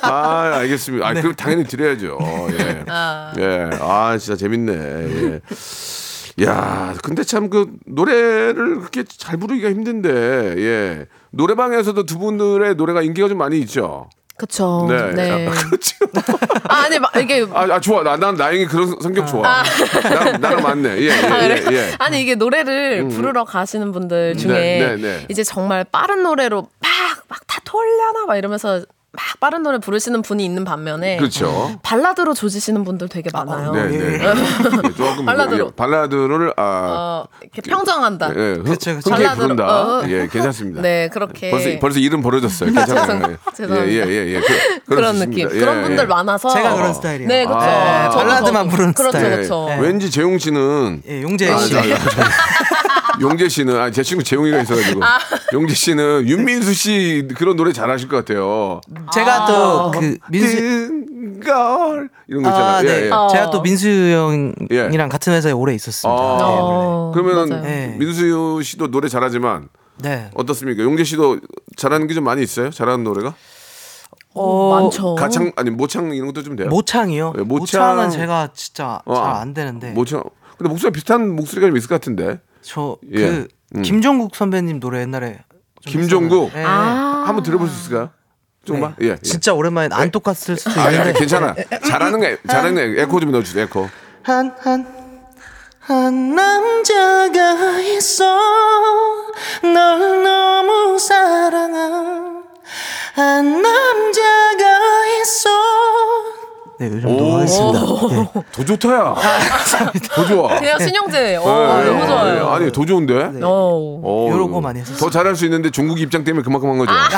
[SPEAKER 1] 아 알겠습니다 아 그럼 당연히 드려야죠 어, 예.
[SPEAKER 5] 아.
[SPEAKER 1] 예예아 진짜 재밌네 예. 야 근데 참 그 노래를 그렇게 잘 부르기가 힘든데 예 노래방에서도 두 분들의 노래가 인기가 좀 많이 있죠
[SPEAKER 5] 그쵸. 네.
[SPEAKER 1] 아, 그렇죠
[SPEAKER 5] 아, 아니, 막 이게.
[SPEAKER 1] 아, 아, 좋아 나, 난 나영이 그런 성격 좋아 나, 나랑 맞네
[SPEAKER 5] 아,
[SPEAKER 1] 예예예
[SPEAKER 5] 그래요?
[SPEAKER 1] 예, 예.
[SPEAKER 5] 아니 이게 노래를 부르러 가시는 분들 중에
[SPEAKER 1] 네, 네, 네.
[SPEAKER 5] 이제 정말 빠른 노래로 막 막 다 돌려나 막 이러면서 막 빠른 노래 부르시는 분이 있는 반면에
[SPEAKER 1] 그렇죠
[SPEAKER 5] 발라드로 조지시는 분들 되게 많아요.
[SPEAKER 1] 네, 네. 예, 조금
[SPEAKER 5] 발라드로.
[SPEAKER 1] 예, 발라드를 아
[SPEAKER 5] 어, 이렇게 평정한다.
[SPEAKER 1] 예, 흥-
[SPEAKER 6] 그쵸, 그쵸.
[SPEAKER 1] 흔쾌히
[SPEAKER 5] 발라드로,
[SPEAKER 1] 부른다.
[SPEAKER 5] 어.
[SPEAKER 1] 예, 괜찮습니다.
[SPEAKER 5] 네, 그렇게
[SPEAKER 1] 벌써 벌써 이름 버려졌어요. 괜찮아요. 예,
[SPEAKER 5] 죄송합니다.
[SPEAKER 1] 예, 예, 예. 그,
[SPEAKER 5] 그런
[SPEAKER 1] 수
[SPEAKER 5] 느낌.
[SPEAKER 1] 있습니다. 예,
[SPEAKER 5] 그런 분들
[SPEAKER 1] 예.
[SPEAKER 5] 많아서
[SPEAKER 6] 제가 그런 스타일이에요.
[SPEAKER 5] 네, 그렇죠.
[SPEAKER 1] 아.
[SPEAKER 5] 저도
[SPEAKER 6] 발라드만
[SPEAKER 5] 저도.
[SPEAKER 6] 부르는 스타일.
[SPEAKER 1] 예.
[SPEAKER 5] 그렇죠, 그렇죠.
[SPEAKER 1] 왠지 재용 씨는
[SPEAKER 6] 예, 용재
[SPEAKER 1] 아,
[SPEAKER 6] 씨.
[SPEAKER 1] 저- 저- 용재 씨는 아, 제 친구 재용이가 있어가지고
[SPEAKER 5] 아.
[SPEAKER 1] 용재 씨는 윤민수 씨 그런 노래 잘하실 것 같아요.
[SPEAKER 6] 제가 또 그 민수
[SPEAKER 1] 걸 이런 거 있잖아요.
[SPEAKER 6] 아,
[SPEAKER 1] 네, 예,
[SPEAKER 6] 네.
[SPEAKER 1] 예.
[SPEAKER 5] 어.
[SPEAKER 6] 제가 또 민수 형이랑 같은 회사에 오래 있었습니다.
[SPEAKER 1] 아.
[SPEAKER 6] 네,
[SPEAKER 5] 어,
[SPEAKER 1] 그러면은
[SPEAKER 5] 맞아요.
[SPEAKER 6] 예.
[SPEAKER 1] 민수 씨도 노래 잘하지만
[SPEAKER 6] 네.
[SPEAKER 1] 어떻습니까? 용재 씨도 잘하는 게 좀 많이 있어요? 잘하는 노래가?
[SPEAKER 6] 어,
[SPEAKER 5] 많죠.
[SPEAKER 1] 가창 아니 모창 이런 것도 좀 돼요?
[SPEAKER 6] 모창이요.
[SPEAKER 1] 예, 모창-
[SPEAKER 6] 모창... 은 제가 진짜
[SPEAKER 1] 어,
[SPEAKER 6] 잘 안 되는데.
[SPEAKER 1] 모창. 근데 목소리 비슷한 목소리가 좀 있을 것 같은데.
[SPEAKER 6] 저 그
[SPEAKER 1] 예. 음.
[SPEAKER 6] 김종국 선배님 노래 옛날에 좀
[SPEAKER 1] 김종국?
[SPEAKER 5] 아,
[SPEAKER 6] 했었는데. 예.
[SPEAKER 1] 네. 한번 들어볼 수 있을까요? 조금만. 예. 예.
[SPEAKER 6] 네. 진짜 오랜만에 안 똑같을 수도
[SPEAKER 1] 아니, 예.
[SPEAKER 6] 있는데
[SPEAKER 1] 아니, 괜찮아. 잘하는 거 잘하는 거 에코 좀 넣어주세요. 에코.
[SPEAKER 6] 한, 한, 한 남자가 있어 널 너무 사랑한 한 남자가 있어 네, 요즘 너무 하겠습니다. 네.
[SPEAKER 1] 더 좋다야. 아, 더 좋아.
[SPEAKER 5] 그냥 신용재. 어,
[SPEAKER 1] 예,
[SPEAKER 5] 너무
[SPEAKER 1] 예,
[SPEAKER 5] 좋아요.
[SPEAKER 1] 예. 아니 더 좋은데.
[SPEAKER 5] 어.
[SPEAKER 1] 어,
[SPEAKER 6] 네. 요런 거 많이 했었어요.
[SPEAKER 1] 더 잘할 수 있는데 종국 입장 때문에 그만큼 한 거죠.
[SPEAKER 5] 아.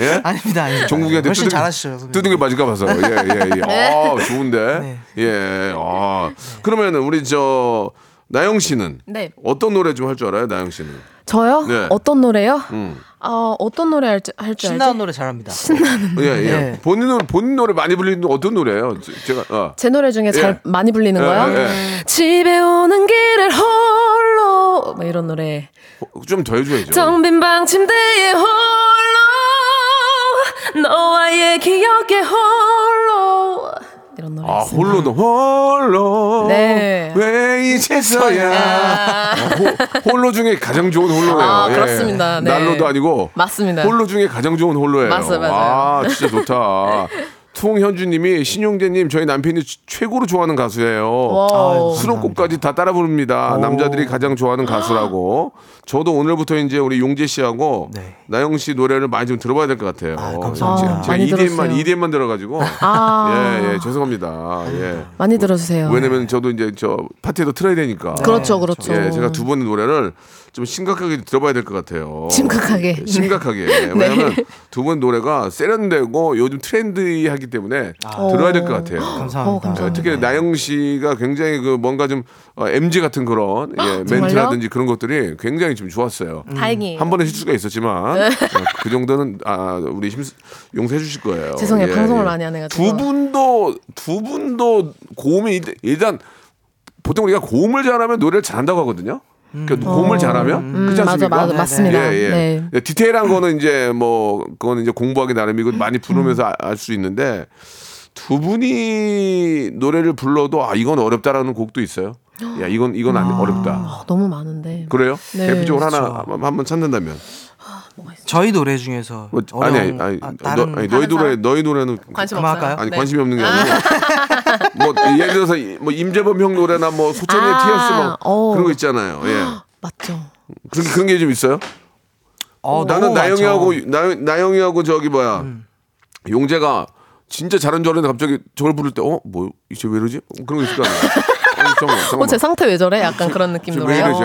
[SPEAKER 1] 예?
[SPEAKER 6] 아닙니다, 아닙니다.
[SPEAKER 1] 종국이한테 뭐-
[SPEAKER 6] 훨씬
[SPEAKER 1] 뜯은-
[SPEAKER 6] 잘하시죠. 선배님. 네.
[SPEAKER 1] 뜯은 게 맞을까 봐서. 예, 예, 예.
[SPEAKER 5] 네.
[SPEAKER 1] 아, 좋은데. 예. 아. 그러면 우리 저 나영 씨는
[SPEAKER 5] 네.
[SPEAKER 1] 어떤 노래 좀 할 줄 알아요? 나영 씨는.
[SPEAKER 5] 저요?
[SPEAKER 1] 네.
[SPEAKER 5] 어떤 노래요?
[SPEAKER 1] 음.
[SPEAKER 5] 어, 어떤 노래 할줄 알지?
[SPEAKER 6] 신나는 노래 잘합니다.
[SPEAKER 1] 예, 예.
[SPEAKER 6] 예.
[SPEAKER 1] 본인 노래, 본인 노래 많이 불리는 어떤 노래예요? 제- 제가 어.
[SPEAKER 5] 제 노래 중에 잘
[SPEAKER 1] 예.
[SPEAKER 5] 많이 불리는
[SPEAKER 1] 예,
[SPEAKER 5] 거요.
[SPEAKER 1] 예,
[SPEAKER 5] 집에 오는 길을 홀로 뭐 이런 노래.
[SPEAKER 1] 좀 더 해줘야죠.
[SPEAKER 5] 텅 빈 방 침대에 홀로 너와의 기억에 홀로 이런 노래.
[SPEAKER 1] 아,
[SPEAKER 5] 있습니다.
[SPEAKER 1] 홀로, 너 홀로.
[SPEAKER 5] 네.
[SPEAKER 1] 왜 이제서야.
[SPEAKER 5] 아,
[SPEAKER 1] 아, 호- 홀로 중에 가장 좋은 홀로예요.
[SPEAKER 5] 아, 그렇습니다. 네.
[SPEAKER 1] 난로도 아니고
[SPEAKER 5] 맞습니다.
[SPEAKER 1] 홀로 중에 가장 좋은 홀로예요.
[SPEAKER 5] 맞아요, 네. 맞아요.
[SPEAKER 1] 아, 진짜 좋다. 송현주님이 신용재님 저희 남편이 최- 최고로 좋아하는 가수예요.
[SPEAKER 5] 와우.
[SPEAKER 1] 수록곡까지 다 따라 부릅니다.
[SPEAKER 5] 어.
[SPEAKER 1] 남자들이 가장 좋아하는 가수라고. 저도 오늘부터 이제 우리 용재 씨하고
[SPEAKER 6] 네.
[SPEAKER 1] 나영 씨 노래를 많이 좀 들어봐야 될 것 같아요.
[SPEAKER 6] 아, 감사합니다.
[SPEAKER 1] 제가
[SPEAKER 5] 아, 많이
[SPEAKER 1] EDM만
[SPEAKER 5] 들었어요.
[SPEAKER 1] EDM만 들어가지고
[SPEAKER 5] 아.
[SPEAKER 1] 예, 예, 죄송합니다. 예.
[SPEAKER 5] 많이 들어주세요.
[SPEAKER 1] 왜냐면 저도 이제 저 파티에도 틀어야 되니까.
[SPEAKER 5] 그렇죠, 그렇죠.
[SPEAKER 1] 예, 제가 두 번의 노래를 좀 심각하게 들어봐야 될 것 같아요.
[SPEAKER 5] 심각하게. 네.
[SPEAKER 1] 예, 심각하게. 왜냐면 두 번 노래가 세련되고 요즘 트렌디하기 때문에 들어야 될 것 같아요.
[SPEAKER 6] 감사합니다.
[SPEAKER 5] 어, 감사합니다.
[SPEAKER 1] 예, 특히 나영 씨가 굉장히 그 뭔가 좀 어, MG 같은 그런 예, 멘트라든지 그런 것들이 굉장히 좀 좋았어요.
[SPEAKER 5] 다행이에요.
[SPEAKER 1] 한 번의 실수가
[SPEAKER 5] 네.
[SPEAKER 1] 있었지만 어, 그 정도는 아 우리 힘 용서해 주실 거예요.
[SPEAKER 5] 죄송해요. 방송을 많이 안 해가지고.
[SPEAKER 1] 두 분도 두 분도 고음이 일- 일단 보통 우리가 고음을 잘하면 노래를 잘한다고 하거든요. 그러니까 고음을 잘하면 그렇지
[SPEAKER 5] 맞아,
[SPEAKER 1] 않습니까?
[SPEAKER 5] 맞아, 맞습니다.
[SPEAKER 1] 예, 예.
[SPEAKER 5] 네.
[SPEAKER 1] 예, 디테일한 거는 이제 뭐 그거는 이제 공부하기 나름이고 많이 부르면서 아, 알 수 있는데 두 분이 노래를 불러도 아 이건 어렵다라는 곡도 있어요. 야 이건 이건 안 어렵다.
[SPEAKER 5] 아, 너무 많은데.
[SPEAKER 1] 그래요?
[SPEAKER 5] 네.
[SPEAKER 1] 대표적으로 하나 한번 찾는다면
[SPEAKER 6] 저희 노래 중에서
[SPEAKER 1] 뭐,
[SPEAKER 6] 어려운
[SPEAKER 1] 아니 아니, 아니,
[SPEAKER 6] 아,
[SPEAKER 1] 너,
[SPEAKER 6] 다른
[SPEAKER 1] 아니 너희
[SPEAKER 5] 다른
[SPEAKER 1] 노래
[SPEAKER 5] 사람?
[SPEAKER 1] 너희 노래는
[SPEAKER 5] 관심
[SPEAKER 6] 그만
[SPEAKER 5] 없어요.
[SPEAKER 6] 할까요?
[SPEAKER 1] 아니 관심이 없는 게 아니라 뭐 예를 들어서 이- 뭐 임재범 형 노래나 뭐 소찬이의
[SPEAKER 5] 아,
[SPEAKER 1] 티어스 막
[SPEAKER 5] 어.
[SPEAKER 1] 그런 거 있잖아요. 예.
[SPEAKER 5] 맞죠.
[SPEAKER 1] 그런 그런 게 좀 있어요?
[SPEAKER 6] 어,
[SPEAKER 1] 나는
[SPEAKER 6] 너무
[SPEAKER 1] 나영이하고
[SPEAKER 6] 많죠.
[SPEAKER 1] 나영, 나영이하고 저기 뭐야 용재가 진짜 잘한 줄 알았는데 갑자기 저걸 부를 때 어 뭐 이제 왜 이러지? 어, 그런 거 있을 거 아니야? 어, 잠깐만,
[SPEAKER 5] 어,
[SPEAKER 1] 잠깐만.
[SPEAKER 5] 제 상태 왜 저래? 약간 그런
[SPEAKER 1] 쟤
[SPEAKER 5] 느낌으로.
[SPEAKER 1] 왜 이러지?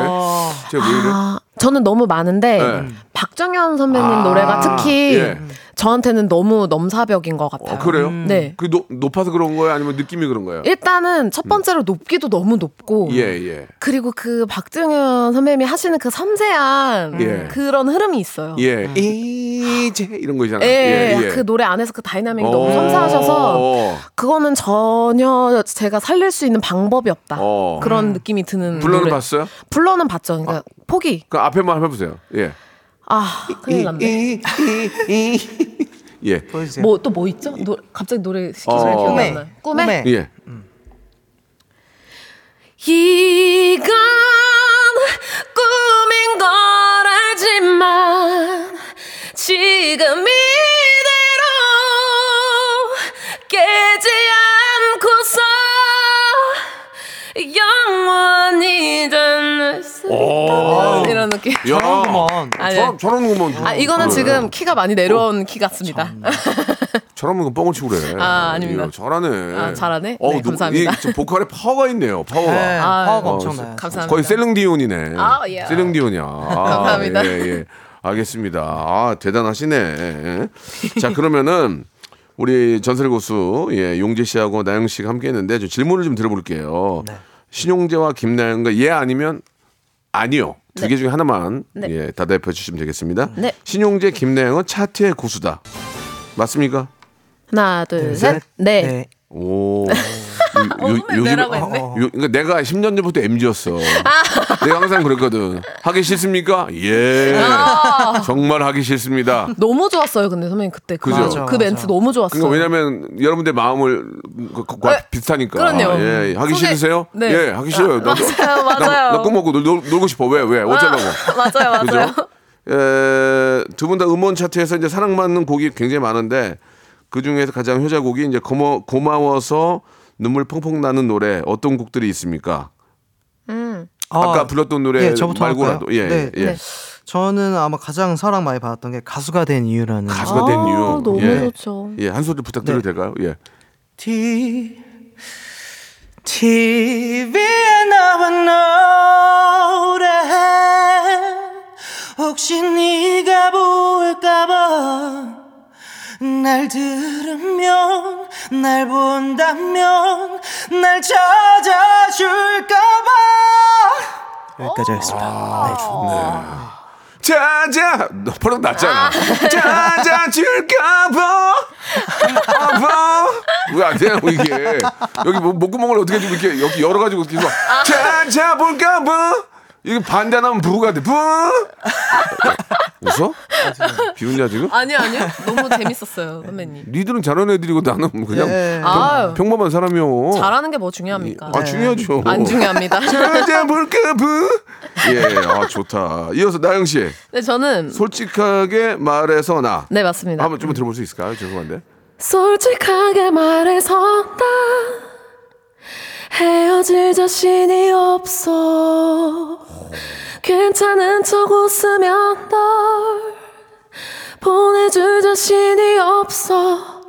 [SPEAKER 1] 쟤 왜 이래?
[SPEAKER 5] 아, 저는 너무 많은데
[SPEAKER 1] 네.
[SPEAKER 5] 박정현 선배님
[SPEAKER 1] 아,
[SPEAKER 5] 노래가 특히
[SPEAKER 1] 예.
[SPEAKER 5] 저한테는 너무 넘사벽인 것 같아요.
[SPEAKER 1] 어, 그래요?
[SPEAKER 5] 네.
[SPEAKER 1] 그 노, 높아서 그런 거예요? 아니면 느낌이 그런 거예요?
[SPEAKER 5] 음. 일단은 첫 번째로 높기도 너무 높고
[SPEAKER 1] 음. 예, 예.
[SPEAKER 5] 그리고 그 박정현 선배님이 하시는 그 섬세한
[SPEAKER 1] 예.
[SPEAKER 5] 그런 흐름이 있어요. 음.
[SPEAKER 1] 예. 이제 이런 거 있잖아요.
[SPEAKER 5] 예, 그 노래 안에서 그 다이나믹이 너무
[SPEAKER 1] 어.
[SPEAKER 5] 섬세하셔서
[SPEAKER 1] 어.
[SPEAKER 5] 그거는 전혀 제가 살릴 수 있는 방법이 없다.
[SPEAKER 1] 어.
[SPEAKER 5] 그런 느낌이 드는
[SPEAKER 1] 불러는
[SPEAKER 5] 노래.
[SPEAKER 1] 봤어요?
[SPEAKER 5] 불러는 봤죠. 그러니까 포기.
[SPEAKER 1] 그 앞에만 한번 해보세요. 예.
[SPEAKER 5] 아, 큰일 났네.
[SPEAKER 1] 예.
[SPEAKER 6] 보여주세요.
[SPEAKER 5] 뭐 또 뭐 있죠? 노, 갑자기 노래 시키지
[SPEAKER 1] 어.
[SPEAKER 5] 기억이
[SPEAKER 6] 꿈에
[SPEAKER 5] 안 나요. 네. 꿈에?
[SPEAKER 1] 예.
[SPEAKER 5] 이건 꿈인 걸 알지만 지금 이대로 깨지 않고서 영원히 전수 있다면 이런 느낌.
[SPEAKER 1] 야.
[SPEAKER 6] 저런구먼.
[SPEAKER 5] 아, 예.
[SPEAKER 1] 저런 저런 뭐. 예. 것만.
[SPEAKER 5] 아 이거는
[SPEAKER 1] 네.
[SPEAKER 5] 지금 키가 많이 내려온
[SPEAKER 1] 어.
[SPEAKER 5] 키 같습니다.
[SPEAKER 1] 저런 건 뻥을 치고 그래.
[SPEAKER 5] 아, 아닙니다.
[SPEAKER 1] 이거 잘하네.
[SPEAKER 5] 아, 잘하네?
[SPEAKER 1] 어우,
[SPEAKER 5] 네,
[SPEAKER 1] 누-
[SPEAKER 5] 감사합니다.
[SPEAKER 1] 이, 저 보컬에 파워가 있네요. 파워가.
[SPEAKER 6] 네,
[SPEAKER 5] 아,
[SPEAKER 6] 파워가
[SPEAKER 1] 어,
[SPEAKER 6] 엄청나요.
[SPEAKER 5] 감사합니다.
[SPEAKER 1] 거의 셀릉디온이네.
[SPEAKER 5] 아, 예.
[SPEAKER 1] 셀릉디온이야. 아,
[SPEAKER 5] 감사합니다.
[SPEAKER 1] 예, 예. 알겠습니다. 아, 대단하시네. 자, 그러면은 우리 전설 고수 예, 용재 씨하고 나영 씨가 함께 했는데 좀 질문을 좀 들어볼게요. 신용재와 김나영과 예 아니면 아니요. 두 개 중에 하나만
[SPEAKER 5] 네.
[SPEAKER 1] 예, 대답해 주시면 되겠습니다.
[SPEAKER 5] 네.
[SPEAKER 1] 신용재 김나영은 차트의 고수다. 맞습니까?
[SPEAKER 5] 하나
[SPEAKER 6] 둘,
[SPEAKER 5] 둘
[SPEAKER 6] 셋.
[SPEAKER 5] 셋. 네.
[SPEAKER 1] 오. 요- 요-
[SPEAKER 5] 오늘 내라고 했네.
[SPEAKER 1] 어, 어. 요- 그러니까 내가 10년 전부터 MG였어. 내가 항상 그랬거든. 하기 싫습니까? 예.
[SPEAKER 5] 아.
[SPEAKER 1] 정말 하기 싫습니다.
[SPEAKER 5] 너무 좋았어요. 근데 선배님 그때 그,
[SPEAKER 1] 그죠?
[SPEAKER 5] 그
[SPEAKER 1] 맞아,
[SPEAKER 5] 멘트 너무 좋았어요.
[SPEAKER 1] 그러니까 왜냐면 여러분들 마음을 그- 그- 과
[SPEAKER 5] 에,
[SPEAKER 1] 비슷하니까.
[SPEAKER 5] 그럼요.
[SPEAKER 1] 예. 하기
[SPEAKER 5] 소개-
[SPEAKER 1] 싫으세요?
[SPEAKER 5] 네.
[SPEAKER 1] 예, 하기 싫어요. 나,
[SPEAKER 5] 맞아요,
[SPEAKER 1] 나-
[SPEAKER 5] 맞아요.
[SPEAKER 1] 나 꿈먹고 놀, 놀- 놀고 싶어. 왜? 왜? 어쩌라고.
[SPEAKER 5] 맞아요, 맞아요.
[SPEAKER 1] 그죠? 예, 두 분 다 음원 차트에서 이제 사랑받는 곡이 굉장히 많은데 그 중에서 가장 효자곡이 이제 고마, 고마워서 눈물 펑펑 나는 노래 어떤 곡들이 있습니까? 아까 불렀던 노래
[SPEAKER 6] 예, 저부터
[SPEAKER 1] 말고라도
[SPEAKER 6] 할까요?
[SPEAKER 1] 예,
[SPEAKER 6] 네.
[SPEAKER 1] 예.
[SPEAKER 5] 네.
[SPEAKER 6] 저는 아마 가장 사랑 많이 받았던 게 가수가 된 이유라는
[SPEAKER 1] 가수가
[SPEAKER 5] 아,
[SPEAKER 1] 된 이유.
[SPEAKER 5] 너무
[SPEAKER 1] 예.
[SPEAKER 5] 좋죠.
[SPEAKER 1] 예, 한 소절 부탁드려도
[SPEAKER 6] 네.
[SPEAKER 1] 될까요? 예.
[SPEAKER 6] T TV에 나온 노래 혹시 네가 볼까봐 날 들으면 날 본다면 날 찾아줄까봐 여기까지 하겠습니다. 네.
[SPEAKER 1] 짜자 너보다 낫잖아. 짜자 줄까봐. 아봐. 왜안 되냐 고 이게 여기 뭐 목구멍을 어떻게 좀 이렇게 여기 열어 가지고 이렇게 막
[SPEAKER 5] 아.
[SPEAKER 1] 짜자 볼까봐. 이게 반대하면 부가 돼. 부. 웃어? 비웃냐 지금?
[SPEAKER 5] 아니요, 아니요. 너무 재밌었어요, 선배님.
[SPEAKER 1] 니들은 잘하는 애들이고 나는 뭐 그냥
[SPEAKER 6] 예.
[SPEAKER 1] 평,
[SPEAKER 5] 아유.
[SPEAKER 1] 평범한 사람이요.
[SPEAKER 5] 잘하는 게 뭐 중요합니까?
[SPEAKER 1] 어. 아 중요하죠.
[SPEAKER 5] 예. 안 중요합니다.
[SPEAKER 1] 짜자 볼까봐. 예, 아 좋다. 이어서 나영 씨.
[SPEAKER 5] 네, 저는
[SPEAKER 1] 솔직하게 말해서 나.
[SPEAKER 5] 네 맞습니다.
[SPEAKER 1] 한번 좀 들어볼 수 있을까요? 죄송한데.
[SPEAKER 7] 솔직하게 말해서 나 헤어질 자신이 없어 괜찮은 척 웃으면 널 보내줄 자신이 없어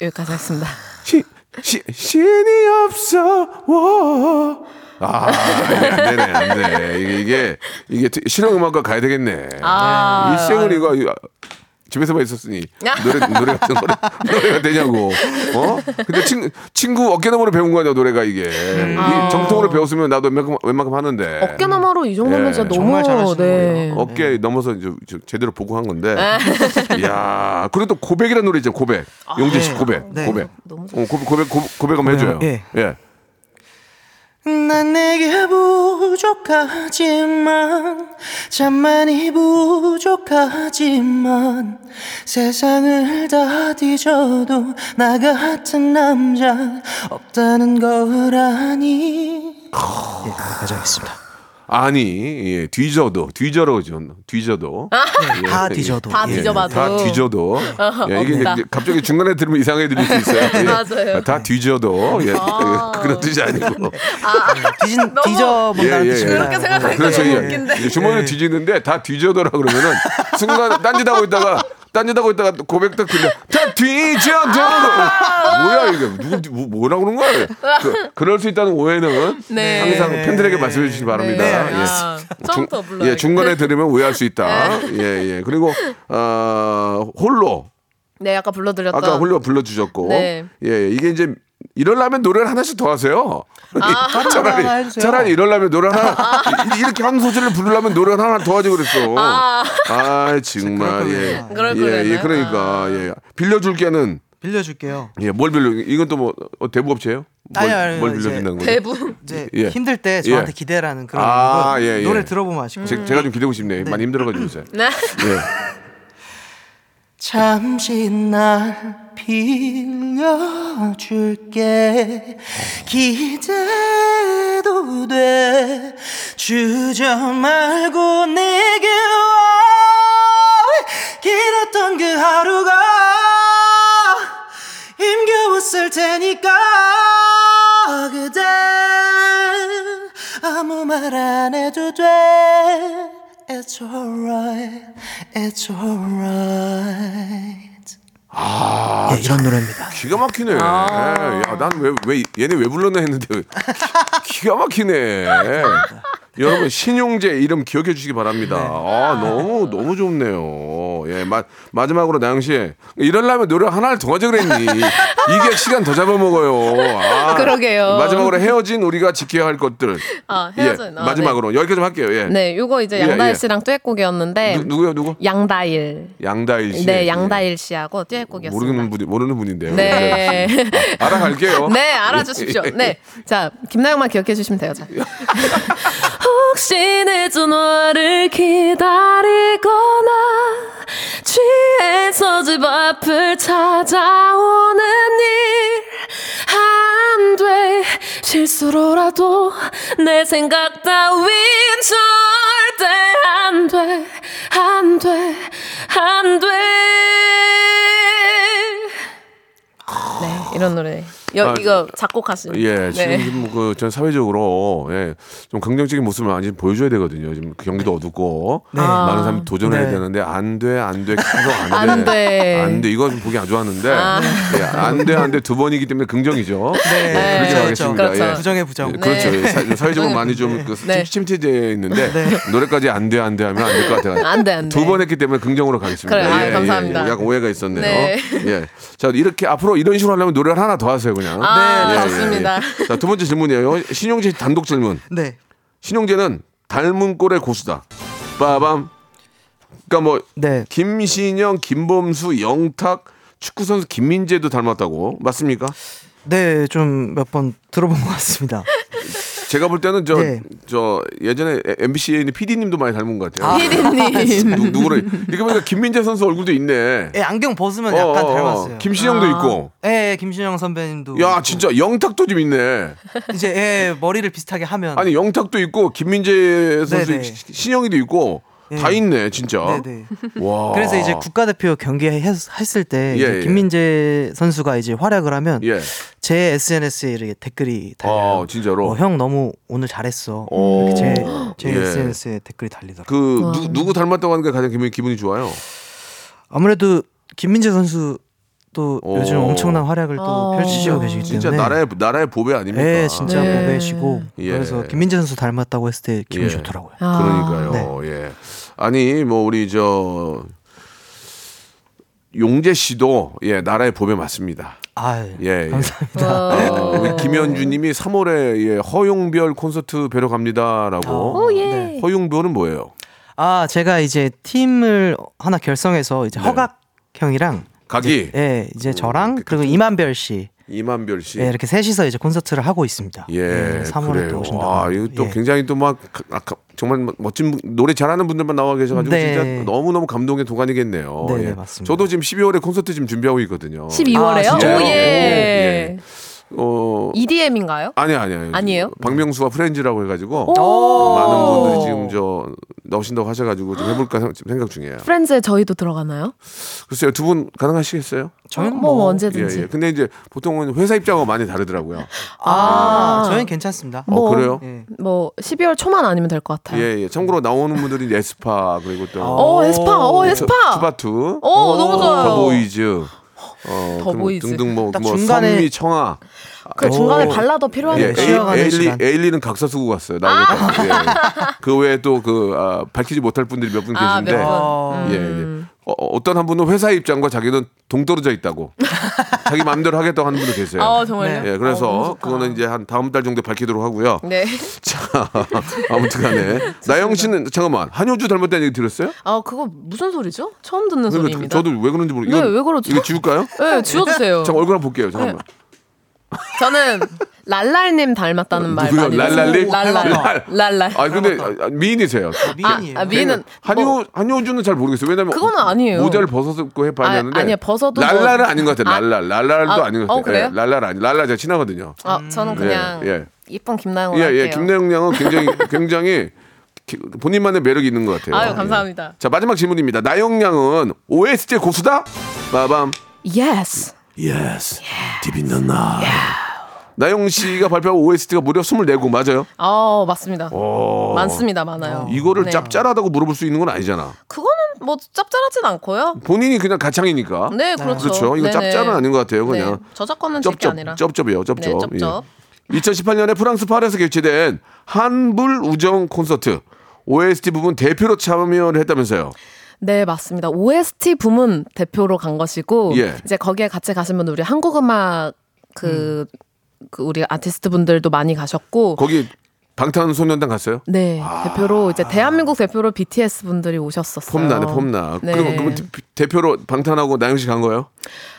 [SPEAKER 5] 여기까지 했습니다.
[SPEAKER 1] 시, 시, 신이 없어. 워. 아, 이게 안 되네, 안 돼. 이게, 이게, 이게 트- 실용음악과 가야 되겠네.
[SPEAKER 5] 아,
[SPEAKER 1] 일생을 이거, 이거 집에서만 있었으니 노래, 노래 같은 노래, 노래가 되냐고. 어? 근데 친, 친구 어깨너머로 배운 거 아니야, 노래가 이게. 이 정통으로 배웠으면 나도 웬만큼, 웬만큼 하는데.
[SPEAKER 5] 음. 아. 어깨 너머로 이 정도면
[SPEAKER 1] 예.
[SPEAKER 5] 진짜 너무
[SPEAKER 6] 정말 잘하시는
[SPEAKER 5] 네. 아.
[SPEAKER 6] 거예요.
[SPEAKER 1] 어깨 넘어서 이제 저- 제대로 보고 한 건데. 이야, 그리고 또 고백이라는 노래 있잖아요. 고백. 용진 씨
[SPEAKER 6] 네.
[SPEAKER 1] 고백.
[SPEAKER 6] 네.
[SPEAKER 1] 고백.
[SPEAKER 5] 아, 너무
[SPEAKER 1] 어, 고백, 고백, 고백, 고백 한번 해줘요.
[SPEAKER 6] 예.
[SPEAKER 1] 예.
[SPEAKER 6] 난 내게 부족하지만 참 많이 부족하지만 세상을 다 뒤져도 나 같은 남자 없다는 걸 아니 예, 여기까지 하겠습니다
[SPEAKER 1] 아니, 예, 뒤져도, 뒤져도, 좀, 뒤져도. 예,
[SPEAKER 6] 다
[SPEAKER 1] 예.
[SPEAKER 6] 뒤져도
[SPEAKER 5] 아. 다
[SPEAKER 6] 예.
[SPEAKER 5] 뒤져봐도.
[SPEAKER 1] 다 뒤져도. 예, 이게
[SPEAKER 5] 없다.
[SPEAKER 1] 이제 갑자기 중간에 들으면 이상해 들릴 수 있어요. 예.
[SPEAKER 5] 맞아요. 아.
[SPEAKER 1] 다 뒤져도. 예. 그런 뜻이 아니고.
[SPEAKER 6] 뒤진, 뒤져본다는 뜻입니다
[SPEAKER 5] 그렇게 뭐 생각하니까
[SPEAKER 1] 예, 그렇죠.
[SPEAKER 5] 너무
[SPEAKER 1] 예.
[SPEAKER 5] 웃긴데.
[SPEAKER 1] 이제 주머니를 뒤지는데 다 뒤져더라 그러면은 순간 딴짓하고 있다가 딴짓하고 있다가 또 고백 딱 들려. 다 뒤져도.
[SPEAKER 5] 아!
[SPEAKER 1] 뭐야 이게 누구 누- 뭐라 그런 거야? 그, 그럴 수 있다는 오해는
[SPEAKER 5] 네.
[SPEAKER 1] 항상 팬들에게 말씀해 주시기 바랍니다.
[SPEAKER 5] 네.
[SPEAKER 1] 예.
[SPEAKER 5] 아, 네. 처음부터
[SPEAKER 1] 중-
[SPEAKER 5] 불러요.
[SPEAKER 1] 예, 중간에 들으면 오해할 수 있다. 예, 예. 그리고 어, 홀로
[SPEAKER 5] 네, 아까 불러드렸던.
[SPEAKER 1] 아까 홀로 불러주셨고,
[SPEAKER 5] 네.
[SPEAKER 1] 예, 예. 이게 이제 이럴라면 노래를 하나씩 더 하세요.
[SPEAKER 5] 아.
[SPEAKER 6] 하나
[SPEAKER 1] 차라리
[SPEAKER 6] 해주세요.
[SPEAKER 1] 차라리 이럴라면 노래 하나 이- 이렇게 한 소절을 부르려면 노래 하나 더 하지 그랬어. 아, 정말 예,
[SPEAKER 5] 그럴 걸
[SPEAKER 1] 예, 예,
[SPEAKER 5] 그랬나요? 아.
[SPEAKER 1] 그러니까 예, 빌려줄게는
[SPEAKER 6] 빌려줄게요
[SPEAKER 1] 예, 뭘 빌려? 이건 또 뭐 대부업체예요? 뭘,
[SPEAKER 6] 아니, 아니,
[SPEAKER 1] 뭘
[SPEAKER 6] 이제
[SPEAKER 1] 빌려준다는 거예요?
[SPEAKER 5] 대부.
[SPEAKER 6] 이제
[SPEAKER 1] 예.
[SPEAKER 6] 힘들 때 저한테
[SPEAKER 1] 예.
[SPEAKER 6] 기대라는 그런
[SPEAKER 1] 아,
[SPEAKER 6] 거
[SPEAKER 1] 예, 예.
[SPEAKER 6] 노래 들어보면 아실 거예요
[SPEAKER 1] 제, 제가 좀 기대고 싶네요.
[SPEAKER 6] 음.
[SPEAKER 1] 많이 힘들어가지고 요새.
[SPEAKER 5] 네.
[SPEAKER 1] 예.
[SPEAKER 6] 잠시 날 빌려줄게 기대도 돼 주저 말고 내게 와 길었던 그 하루가 힘겨웠을 테니까 그대 아무 말 안 해도 돼 It's alright, it's alright. 아, 이런 노래입니다.
[SPEAKER 1] 기가 막히네.
[SPEAKER 5] 아.
[SPEAKER 1] 예. 야, 난 왜 왜 얘네 왜 불렀나 했는데 기가 막히네. 여러분 신용재 이름 기억해 주시기
[SPEAKER 5] 네.
[SPEAKER 1] 바랍니다. 아 너무 너무 좋네요. 예, 마, 마지막으로 나영 씨 이럴라면 노래 하나를 더 하자 그랬니? 이게 시간 더 잡아먹어요. 아,
[SPEAKER 5] 그러게요.
[SPEAKER 1] 마지막으로 헤어진 우리가 지켜야 할 것들.
[SPEAKER 5] 아, 헤어진,
[SPEAKER 1] 예,
[SPEAKER 5] 아,
[SPEAKER 1] 마지막으로 여기까지 좀 할게요. 예.
[SPEAKER 5] 네, 요거 이제
[SPEAKER 1] 예, 예.
[SPEAKER 5] 양다일 씨랑 듀엣곡이었는데.
[SPEAKER 1] 누, 누구요 누구?
[SPEAKER 5] 양다일.
[SPEAKER 1] 양다일 씨.
[SPEAKER 5] 네,
[SPEAKER 1] 예.
[SPEAKER 5] 양다일 씨하고 듀엣곡이었습니다.
[SPEAKER 1] 모르는 분이 아, 모르는 분인데요. 예.
[SPEAKER 5] 네.
[SPEAKER 1] 알아갈게요.
[SPEAKER 5] 네, 알아주십시오. 네. 자, 김나영만 기억해 주시면 돼요. 자.
[SPEAKER 7] 혹시 내 전화를 기다리거나 취해서 집 앞을 찾아오는 일 안 돼 실수로라도 내 생각 따윈 절대 안 돼 안 돼 안돼
[SPEAKER 5] 네, 이런 노래. 여,
[SPEAKER 1] 아,
[SPEAKER 5] 이거 작곡하신.
[SPEAKER 1] 예,
[SPEAKER 5] 네.
[SPEAKER 1] 지금 뭐그전 사회적으로 예, 좀 긍정적인 모습을 많이 보여줘야 되거든요. 지금 그 경기도
[SPEAKER 5] 네.
[SPEAKER 1] 어둡고 많은 사람이 도전해야
[SPEAKER 6] 네.
[SPEAKER 1] 되는데 안 돼, 안 돼, 계속 안 돼,
[SPEAKER 5] 안 돼. 아.
[SPEAKER 1] 안 돼. 이거 좀 보기 안 좋았는데 예, 안 돼, 안 돼 두 번이기 때문에 긍정이죠.
[SPEAKER 6] 네,
[SPEAKER 1] 예, 그렇게
[SPEAKER 5] 그렇죠,
[SPEAKER 1] 가겠습니다.
[SPEAKER 5] 그렇죠.
[SPEAKER 1] 예.
[SPEAKER 6] 부정의 부정.
[SPEAKER 1] 예, 그렇죠.
[SPEAKER 5] 네.
[SPEAKER 1] 예, 사, 사회적으로 많이 좀 그,
[SPEAKER 5] 네.
[SPEAKER 1] 침체되어 있는데 노래까지 안 돼, 안 돼 하면 안 될 것 같아요.
[SPEAKER 5] 안 돼, 안 돼.
[SPEAKER 1] 두 번 했기 때문에 긍정으로 가겠습니다.
[SPEAKER 5] 그래요. 아, 감사합니다.
[SPEAKER 1] 예, 약간 오해가 있었네요.
[SPEAKER 5] 네.
[SPEAKER 1] 예. 자, 이렇게 앞으로 이런 식으로 하려면 노래를 하나 더 하세요, 그냥.
[SPEAKER 5] 아,
[SPEAKER 1] 예, 예,
[SPEAKER 5] 좋습니다.
[SPEAKER 1] 예. 자, 두 번째 질문이에요. 신용재 단독 질문.
[SPEAKER 6] 네.
[SPEAKER 1] 신용재는 닮은 꼴의 고수다. 빠밤. 그러니까 뭐
[SPEAKER 6] 네.
[SPEAKER 1] 김신영, 김범수, 영탁 축구 선수 김민재도 닮았다고 맞습니까?
[SPEAKER 6] 네, 좀 몇 번 들어본 것 같습니다.
[SPEAKER 1] 제가 볼 때는 저 저
[SPEAKER 6] 네.
[SPEAKER 1] 예전에 MBC에 있는 PD님도 많이 닮은 것 같아요.
[SPEAKER 5] 피디님.
[SPEAKER 1] 누, 누구를 이렇게 보니까 김민재 선수 얼굴도 있네.
[SPEAKER 6] 예, 안경 벗으면 약간
[SPEAKER 1] 어, 어, 어.
[SPEAKER 6] 닮았어요. 네.
[SPEAKER 1] 김신영도 있고.
[SPEAKER 6] 예, 예, 김신영 선배님도.
[SPEAKER 1] 야
[SPEAKER 6] 있고.
[SPEAKER 1] 진짜 영탁도 좀 있네.
[SPEAKER 6] 이제 예, 머리를 비슷하게 하면.
[SPEAKER 1] 아니 영탁도 있고 김민재 선수
[SPEAKER 6] 네네.
[SPEAKER 1] 시- 신영이도 있고 다 있네 진짜.
[SPEAKER 6] 네네.
[SPEAKER 1] 와.
[SPEAKER 6] 그래서 이제 국가대표 경기했을 때
[SPEAKER 1] 아. 예,
[SPEAKER 6] 이제
[SPEAKER 1] 예.
[SPEAKER 6] 김민재 선수가 이제 활약을 하면
[SPEAKER 1] 예.
[SPEAKER 6] 제 SNS에 이렇게 댓글이 달려요.
[SPEAKER 1] 아 진짜로.
[SPEAKER 6] 어, 형 너무 오늘 잘했어.
[SPEAKER 1] 오.
[SPEAKER 6] 이렇게 제, 제
[SPEAKER 1] 예.
[SPEAKER 6] SNS에 댓글이 달리더라고요.
[SPEAKER 1] 그
[SPEAKER 6] 어.
[SPEAKER 1] 누, 누구 닮았다고 하는 게 가장 기분이, 기분이 좋아요.
[SPEAKER 6] 아무래도 김민재 선수 또
[SPEAKER 1] 오.
[SPEAKER 6] 요즘 엄청난 활약을 또
[SPEAKER 5] 아.
[SPEAKER 6] 펼치시고 계시기 때문에
[SPEAKER 1] 어. 진짜 나라의 나라의 보배 아닙니까?
[SPEAKER 6] 예, 네. 진짜
[SPEAKER 5] 네.
[SPEAKER 6] 보배시고
[SPEAKER 1] 예.
[SPEAKER 6] 그래서 김민재 선수 닮았다고 했을 때 기분이
[SPEAKER 1] 예.
[SPEAKER 6] 좋더라고요.
[SPEAKER 5] 아.
[SPEAKER 1] 그러니까요.
[SPEAKER 6] 네.
[SPEAKER 1] 예. 아니 뭐 우리 저 용재 씨도 예 나라의 보배 맞습니다.
[SPEAKER 6] 아,
[SPEAKER 1] 예, 예.
[SPEAKER 6] 감사합니다.
[SPEAKER 1] 네,
[SPEAKER 5] 와.
[SPEAKER 1] 우리 김현주님이 3월에 예, 허용별 콘서트 뵈러 갑니다라고.
[SPEAKER 6] 네.
[SPEAKER 1] 허용별은 뭐예요?
[SPEAKER 6] 아, 제가 이제 팀을 하나 결성해서 이제 허각 형이랑
[SPEAKER 1] 네. 각이
[SPEAKER 6] 예, 이제 저랑 그리고 이만별 씨
[SPEAKER 1] 이만별 씨.
[SPEAKER 6] 예, 이렇게 셋이서 이제 콘서트를 하고 있습니다.
[SPEAKER 1] 예,
[SPEAKER 6] 3월에
[SPEAKER 1] 그래요.
[SPEAKER 6] 또 오신다고.
[SPEAKER 1] 와,
[SPEAKER 6] 합니다.
[SPEAKER 1] 이거 또
[SPEAKER 6] 예.
[SPEAKER 1] 굉장히 또 막 아, 정말 멋진 분- 노래 잘하는 분들만 나와 계셔가지고
[SPEAKER 6] 네.
[SPEAKER 1] 진짜 너무 너무 감동의 도가니겠네요.
[SPEAKER 6] 네,
[SPEAKER 1] 예.
[SPEAKER 6] 네, 맞습니다.
[SPEAKER 1] 저도 지금 12월에 콘서트 지금 준비하고 있거든요.
[SPEAKER 5] 12월에요?
[SPEAKER 6] 아, 진짜요?
[SPEAKER 5] 오, 예.
[SPEAKER 1] 예, 어
[SPEAKER 5] EDM인가요?
[SPEAKER 1] 아니 아니 아니
[SPEAKER 5] 아니에요?
[SPEAKER 1] 박명수와 프렌즈라고 해가지고
[SPEAKER 5] 오.
[SPEAKER 1] 많은 분들이 지금 저 넣으신다고 하셔가지고 좀 해볼까 생- 지금 생각 중이에요.
[SPEAKER 5] 프렌즈에 저희도 들어가나요?
[SPEAKER 1] 글쎄요 두 분 가능하시겠어요?
[SPEAKER 6] 저희는
[SPEAKER 5] 뭐,
[SPEAKER 6] 뭐
[SPEAKER 1] 예,
[SPEAKER 5] 언제든지.
[SPEAKER 1] 예. 근데 이제 보통은 회사 입장하고 많이 다르더라고요.
[SPEAKER 6] 아,
[SPEAKER 5] 아.
[SPEAKER 6] 저희는 괜찮습니다.
[SPEAKER 1] 어
[SPEAKER 5] 뭐,
[SPEAKER 1] 그래요?
[SPEAKER 6] 예.
[SPEAKER 5] 뭐 12월 초만 아니면 될 것 같아요.
[SPEAKER 1] 예, 예. 참고로 나오는 분들이 에스파 그리고
[SPEAKER 6] 아.
[SPEAKER 1] 또
[SPEAKER 5] 오, 에스파, 오, 에스파.
[SPEAKER 1] 어, 투바투, 어,
[SPEAKER 5] 오, 너무 좋아요.
[SPEAKER 1] 더보이즈, 어,
[SPEAKER 5] 더
[SPEAKER 1] 그
[SPEAKER 5] 보이즈.
[SPEAKER 1] 등등 뭐,
[SPEAKER 6] 딱
[SPEAKER 1] 뭐
[SPEAKER 6] 중간에-
[SPEAKER 1] 성미, 청아,
[SPEAKER 5] 그
[SPEAKER 6] 오.
[SPEAKER 5] 중간에 발라더 필요한
[SPEAKER 1] 예,
[SPEAKER 5] 거
[SPEAKER 6] 네, 쉬어가는
[SPEAKER 1] 에일리,
[SPEAKER 6] 시간.
[SPEAKER 1] 에일리는 각서 쓰고 갔어요. 나오니까. 예. 그 외에 또 그 아, 밝히지 못할 분들이 몇 분
[SPEAKER 5] 아,
[SPEAKER 1] 계신데,
[SPEAKER 5] 몇
[SPEAKER 6] 아,
[SPEAKER 1] 예, 예.
[SPEAKER 5] 음.
[SPEAKER 1] 어, 어, 어떤 한 분은 회사 입장과 자기는 동떨어져 있다고, 자기 마음대로 하겠다고 하는 분도 계세요.
[SPEAKER 5] 아, 정말요?
[SPEAKER 1] 예,
[SPEAKER 5] 어,
[SPEAKER 1] 그래서
[SPEAKER 5] 너무 좋다.
[SPEAKER 1] 그거는 이제 한 다음 달 정도 밝히도록 하고요.
[SPEAKER 5] 네.
[SPEAKER 1] 자, 아무튼간에 나영 씨는 잠깐만 한효주 닮았다는 얘기 들었어요?
[SPEAKER 5] 아, 그거 무슨 소리죠? 처음 듣는
[SPEAKER 1] 그러니까
[SPEAKER 5] 소리입니다.
[SPEAKER 1] 저, 도왜 그런지 모르.
[SPEAKER 5] 네,
[SPEAKER 1] 이건-
[SPEAKER 5] 왜 그러죠?
[SPEAKER 1] 이거 지울까요?
[SPEAKER 5] 네, 지워주세요.
[SPEAKER 1] 잠깐 얼굴 한번 볼게요. 잠깐만.
[SPEAKER 5] 저는 랄랄님 닮았다는 말
[SPEAKER 1] 누구요?
[SPEAKER 5] 많이
[SPEAKER 1] 랄랄님?
[SPEAKER 5] 들었어요. 랄랄.
[SPEAKER 1] 랄랄.
[SPEAKER 5] 랄랄.
[SPEAKER 1] 아 근데 아, 미인이세요. 그러니까
[SPEAKER 6] 미인이에요.
[SPEAKER 5] 네. 아, 미인은
[SPEAKER 1] 한효 한효주는 잘 모르겠어요. 왜냐면
[SPEAKER 5] 그거는 아니에요.
[SPEAKER 1] 모자를 벗었고 해봐야
[SPEAKER 5] 아,
[SPEAKER 1] 되는데.
[SPEAKER 5] 아니야, 벗어도 뭐-
[SPEAKER 1] 랄랄은 아닌 것 같아요.
[SPEAKER 5] 아,
[SPEAKER 1] 랄랄 랄랄도
[SPEAKER 5] 아,
[SPEAKER 1] 아, 닌 것 같아요.
[SPEAKER 5] 어, 그래요?
[SPEAKER 1] 예, 랄랄 아니 랄랄 제가 친하거든요.
[SPEAKER 5] 어, 저는 그냥
[SPEAKER 1] 예, 예.
[SPEAKER 5] 이쁜 김나영
[SPEAKER 1] 예,
[SPEAKER 5] 할게요.
[SPEAKER 1] 예. 김나영 양은 굉장히 굉장히 기- 본인만의 매력이 있는 것 같아요.
[SPEAKER 5] 아유,
[SPEAKER 1] 예.
[SPEAKER 5] 감사합니다.
[SPEAKER 1] 자 마지막 질문입니다. 나영 양은 OST 고수다? 마밤.
[SPEAKER 5] Yes.
[SPEAKER 1] Yes. Deep in the night. 나영 씨가 발표한 OST가 무려 24곡 맞아요?
[SPEAKER 5] 어, 맞습니다. 많습니다, 많아요.
[SPEAKER 1] 어, 이거를
[SPEAKER 5] 네.
[SPEAKER 1] 짭짤하다고 물어볼 수 있는 건 아니잖아.
[SPEAKER 5] 그거는 뭐 짭짤하진 않고요.
[SPEAKER 1] 본인이 그냥 가창이니까.
[SPEAKER 5] 네, 그렇죠.
[SPEAKER 1] 그렇죠. 이거
[SPEAKER 5] 네네.
[SPEAKER 1] 짭짤은 아닌 것 같아요. 그냥.
[SPEAKER 5] 네, 저작권은 제게
[SPEAKER 1] 쩝쩝.
[SPEAKER 5] 아니라.
[SPEAKER 1] 쩝쩝이요. 쩝쩝.
[SPEAKER 5] 네, 쩝쩝.
[SPEAKER 1] 2018년에 프랑스 파리에서 개최된 한불 우정 콘서트 OST 부분 대표로 참여를 했다면서요.
[SPEAKER 5] 네, 맞습니다. OST 부문 대표로 간 것이고
[SPEAKER 1] 예.
[SPEAKER 5] 이제 거기에 같이 가신 분 우리 한국 음악 그, 그 우리 아티스트 분들도 많이 가셨고
[SPEAKER 1] 음. 거기 방탄소년단 갔어요?
[SPEAKER 5] 네, 대표로 이제 대한민국 대표로 BTS 분들이 오셨었어요.
[SPEAKER 1] 폼나네, 폼나.
[SPEAKER 5] 네.
[SPEAKER 1] 그럼, 그럼 대- 대표로 방탄하고 나영 씨 간 거예요?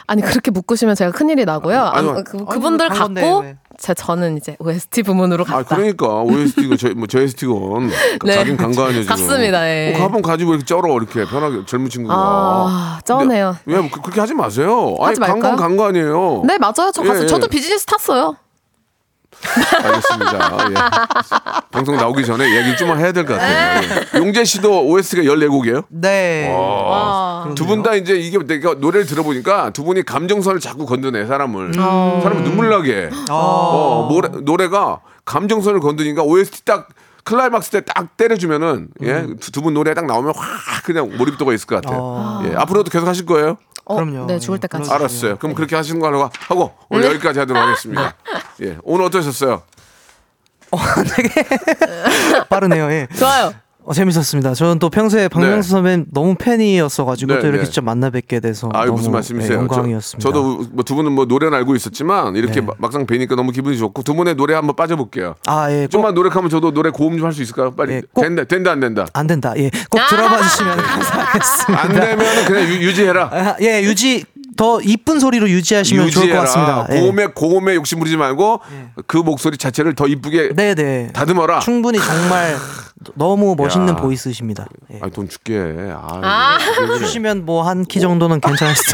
[SPEAKER 5] 아니 그렇게 묶으시면 제가 큰일이 나고요. 아,
[SPEAKER 1] 네. 아니, 뭐 네,
[SPEAKER 5] 그,
[SPEAKER 6] 아니,
[SPEAKER 5] 분들
[SPEAKER 6] 간 건데,
[SPEAKER 5] 갖고
[SPEAKER 6] 왜.
[SPEAKER 5] 제 저는 이제 OST 부문으로
[SPEAKER 1] 아,
[SPEAKER 5] 갔다.
[SPEAKER 1] 그러니까 OST고 저희 뭐 저희 스티건
[SPEAKER 5] 네.
[SPEAKER 1] 가긴 간 거 아니에요 지금?
[SPEAKER 5] 갔습니다, 예.
[SPEAKER 1] 어, 가본 가지고 이렇게 쩔어 이렇게 편하게 젊은 친구가.
[SPEAKER 5] 아, 쩌네요.
[SPEAKER 1] 근데 왜 그- 그렇게 하지 마세요.
[SPEAKER 5] 하지
[SPEAKER 1] 아니
[SPEAKER 5] 말까요?
[SPEAKER 1] 간건 간 거 아니에요.
[SPEAKER 5] 네, 맞아요. 저 가서
[SPEAKER 1] 예, 예.
[SPEAKER 5] 저도 비즈니스 탔어요.
[SPEAKER 1] 알겠습니다. 예. 방송 나오기 전에 얘기 좀 해야 될 것
[SPEAKER 5] 네.
[SPEAKER 1] 같아요. 예. 용재 씨도 OST가 14곡이에요?
[SPEAKER 6] 네.
[SPEAKER 5] 와.
[SPEAKER 1] 두 분 다 이제 이게 내가 노래를 들어보니까 두 분이 감정선을 자꾸 건드네
[SPEAKER 6] 음.
[SPEAKER 1] 사람을 사람을 눈물 나게 해.
[SPEAKER 6] 아.
[SPEAKER 1] 어, 노래, 노래가 감정선을 건드니까 OST 딱 클라이막스 때 딱 때려주면은
[SPEAKER 6] 음.
[SPEAKER 1] 예두 분 노래 딱 나오면 확 그냥 몰입도가 있을 것 같아요.
[SPEAKER 6] 어.
[SPEAKER 1] 예 앞으로도 계속 하실 거예요?
[SPEAKER 5] 어,
[SPEAKER 6] 그럼요.
[SPEAKER 5] 네, 죽을
[SPEAKER 6] 예,
[SPEAKER 5] 때까지.
[SPEAKER 6] 그러죠.
[SPEAKER 1] 알았어요. 그럼 그렇게 하시는 걸로 하- 하고 오늘
[SPEAKER 6] 네.
[SPEAKER 1] 여기까지 하도록 하겠습니다. 예 오늘 어떠셨어요?
[SPEAKER 6] 빠르네요. 예.
[SPEAKER 5] 좋아요.
[SPEAKER 6] 어, 재밌었습니다. 저는 또 평소에 박명수
[SPEAKER 1] 네.
[SPEAKER 6] 선배님 너무 팬이었어가지고
[SPEAKER 1] 네,
[SPEAKER 6] 또 이렇게
[SPEAKER 1] 네.
[SPEAKER 6] 직접 만나 뵙게 돼서
[SPEAKER 1] 아유
[SPEAKER 6] 너무
[SPEAKER 1] 무슨 말씀이세요?
[SPEAKER 6] 예, 영광이었습니다. 네.
[SPEAKER 1] 저, 도 뭐 두 분은 뭐 노래는 알고 있었지만 이렇게 마- 막상 뵈니까 너무 기분이 좋고 두 분의 노래 한번 빠져볼게요.
[SPEAKER 6] 아 예, 꼭
[SPEAKER 1] 좀만 노력하면 저도 노래 고음 좀 할 수 있을까요? 빨리
[SPEAKER 6] 예, 꼭.
[SPEAKER 1] 된다 된다 안 된다.
[SPEAKER 6] 안 된다. 예, 꼭 들어봐 주시면 감사하겠습니다.
[SPEAKER 1] 안 되면은 그냥 유, 지해라
[SPEAKER 6] 아, 예, 유지 더 이쁜 소리로 유지하시면 좋을 것
[SPEAKER 1] 유지해라.
[SPEAKER 6] 같습니다. 예.
[SPEAKER 1] 고음에 고음에 욕심 부리지 말고 그 목소리 자체를 더 이쁘게
[SPEAKER 6] 네, 네.
[SPEAKER 1] 다듬어라.
[SPEAKER 6] 충분히 정말 너무 멋있는
[SPEAKER 1] 야.
[SPEAKER 6] 보이스십니다. 예.
[SPEAKER 1] 아니 돈 줄게. 아이, 네.
[SPEAKER 5] 아.
[SPEAKER 1] 왜 그래.
[SPEAKER 6] 주시면 뭐 한 키 정도는 괜찮을 수.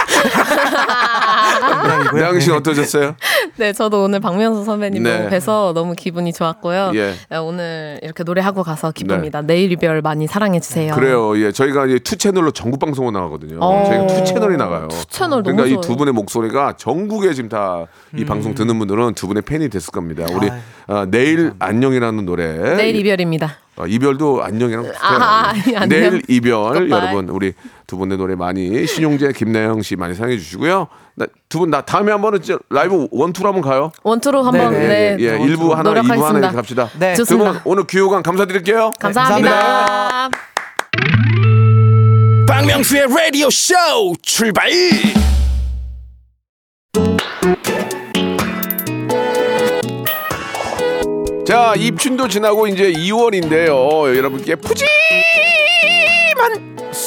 [SPEAKER 6] 담당이고요.
[SPEAKER 1] 나영신
[SPEAKER 6] 네.
[SPEAKER 1] 어떠셨어요?
[SPEAKER 5] 네, 저도 오늘 박명수 선배님
[SPEAKER 1] 네.
[SPEAKER 5] 너무 뵈서 너무 기분이 좋았고요.
[SPEAKER 1] 예. 네.
[SPEAKER 5] 네, 오늘 이렇게 노래하고 가서 기쁩니다. 내일 이별 많이 사랑해주세요.
[SPEAKER 1] 그래요. 예, 저희가 이제 투 채널로 전국 방송으로 나가거든요.
[SPEAKER 5] 어.
[SPEAKER 1] 저희가 투 채널이 나가요.
[SPEAKER 5] 투 채널 너무
[SPEAKER 1] 그러니까 이 두
[SPEAKER 5] 좋아요.
[SPEAKER 1] 분의 목소리가 전국에 지금 다 이 방송 듣는 분들은 두 분의 팬이 됐을 겁니다. 우리
[SPEAKER 6] 음. 아유.
[SPEAKER 1] 아, 내일 안녕이라는 노래.
[SPEAKER 5] 내일 이별입니다.
[SPEAKER 1] 아, 이별도 안녕이랑 비슷해요.
[SPEAKER 5] 아, 아니, 안녕.
[SPEAKER 1] 내일 이별
[SPEAKER 5] Goodbye.
[SPEAKER 1] 여러분 우리 두 분의 노래 많이 신용재 김나영 씨 많이 사랑해 주시고요. 두 분 나 다음에 한번은 진짜 라이브 원투로 한번 가요.
[SPEAKER 5] 원투로 한번
[SPEAKER 6] 네,
[SPEAKER 5] 네,
[SPEAKER 1] 예, 예, 일부 하나, 이부 하나
[SPEAKER 5] 노력하겠습니다.
[SPEAKER 1] 이렇게 갑시다.
[SPEAKER 6] 네.
[SPEAKER 1] 두 분
[SPEAKER 5] 좋습니다.
[SPEAKER 1] 오늘 귀요강 감사드릴게요.
[SPEAKER 5] 감사합니다.
[SPEAKER 6] 감사합니다.
[SPEAKER 2] 박명수의 라디오 쇼 출발
[SPEAKER 1] 자, 입춘도 지나고 이제 2월인데요. 여러분께 푸짐한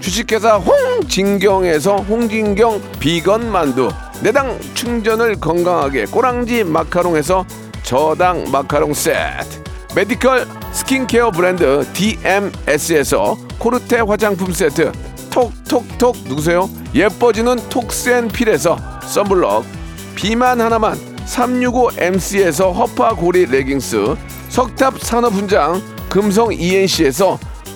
[SPEAKER 1] 주식회사 홍진경에서 홍진경 비건 만두, 내당 충전을 건강하게 꼬랑지 마카롱에서 저당 마카롱 세트, 메디컬 스킨케어 브랜드 DMS에서 코르테 화장품 세트, 톡톡톡 누구세요? 예뻐지는 톡센필에서 썬블럭, 비만 하나만 365MC에서 허파고리 레깅스 석탑산업훈장 금성 ENC에서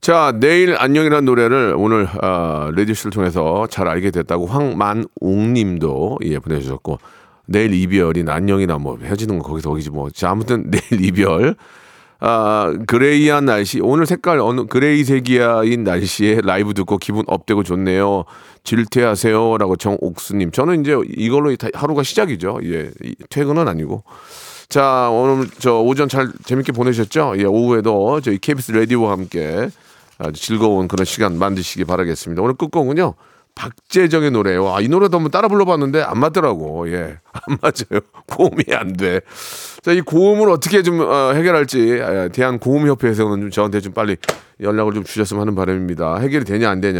[SPEAKER 1] 자, 내일 안녕이라는 노래를 오늘 어, 레디스를 통해서 잘 알게 됐다고 황만옥님도 예, 보내주셨고 내일 이별인 안녕이나 뭐 헤어지는 거 거기서 거기지 뭐. 자, 아무튼 내일 이별. 아, 그레이한 날씨. 오늘 색깔 어느 그레이색이야인 날씨에 라이브 듣고 기분 업되고 좋네요. 질퇴하세요라고 정옥수님. 저는 이제 이걸로 다 하루가 시작이죠. 예, 이- 퇴근은 아니고. 자 오늘 저 오전 잘 재밌게 보내셨죠? 예 오후에도 저희 KBS 라디오와 함께 아주 즐거운 그런 시간 만드시기 바라겠습니다. 오늘 끝곡은요 박재정의 노래예요. 아, 이 노래도 한번 따라 불러봤는데 안 맞더라고. 예, 안 맞아요. 고음이 안 돼. 자 이 고음을 어떻게 좀 어, 해결할지 아, 대한 고음협회에서는 좀 저한테 좀 빨리 연락을 좀 주셨으면 하는 바람입니다. 해결이 되냐 안 되냐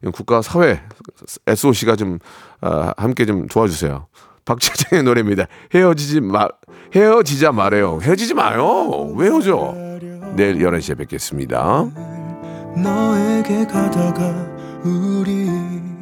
[SPEAKER 1] 이건 국가 사회 SOC가 좀 아, 함께 좀 도와주세요. 박재정의 노래입니다. 헤어지지 마, 헤어지자 말해요. 헤어지지 마요. 왜 헤어져? 내일 11시에 뵙겠습니다.
[SPEAKER 8] 너에게 가다가 우리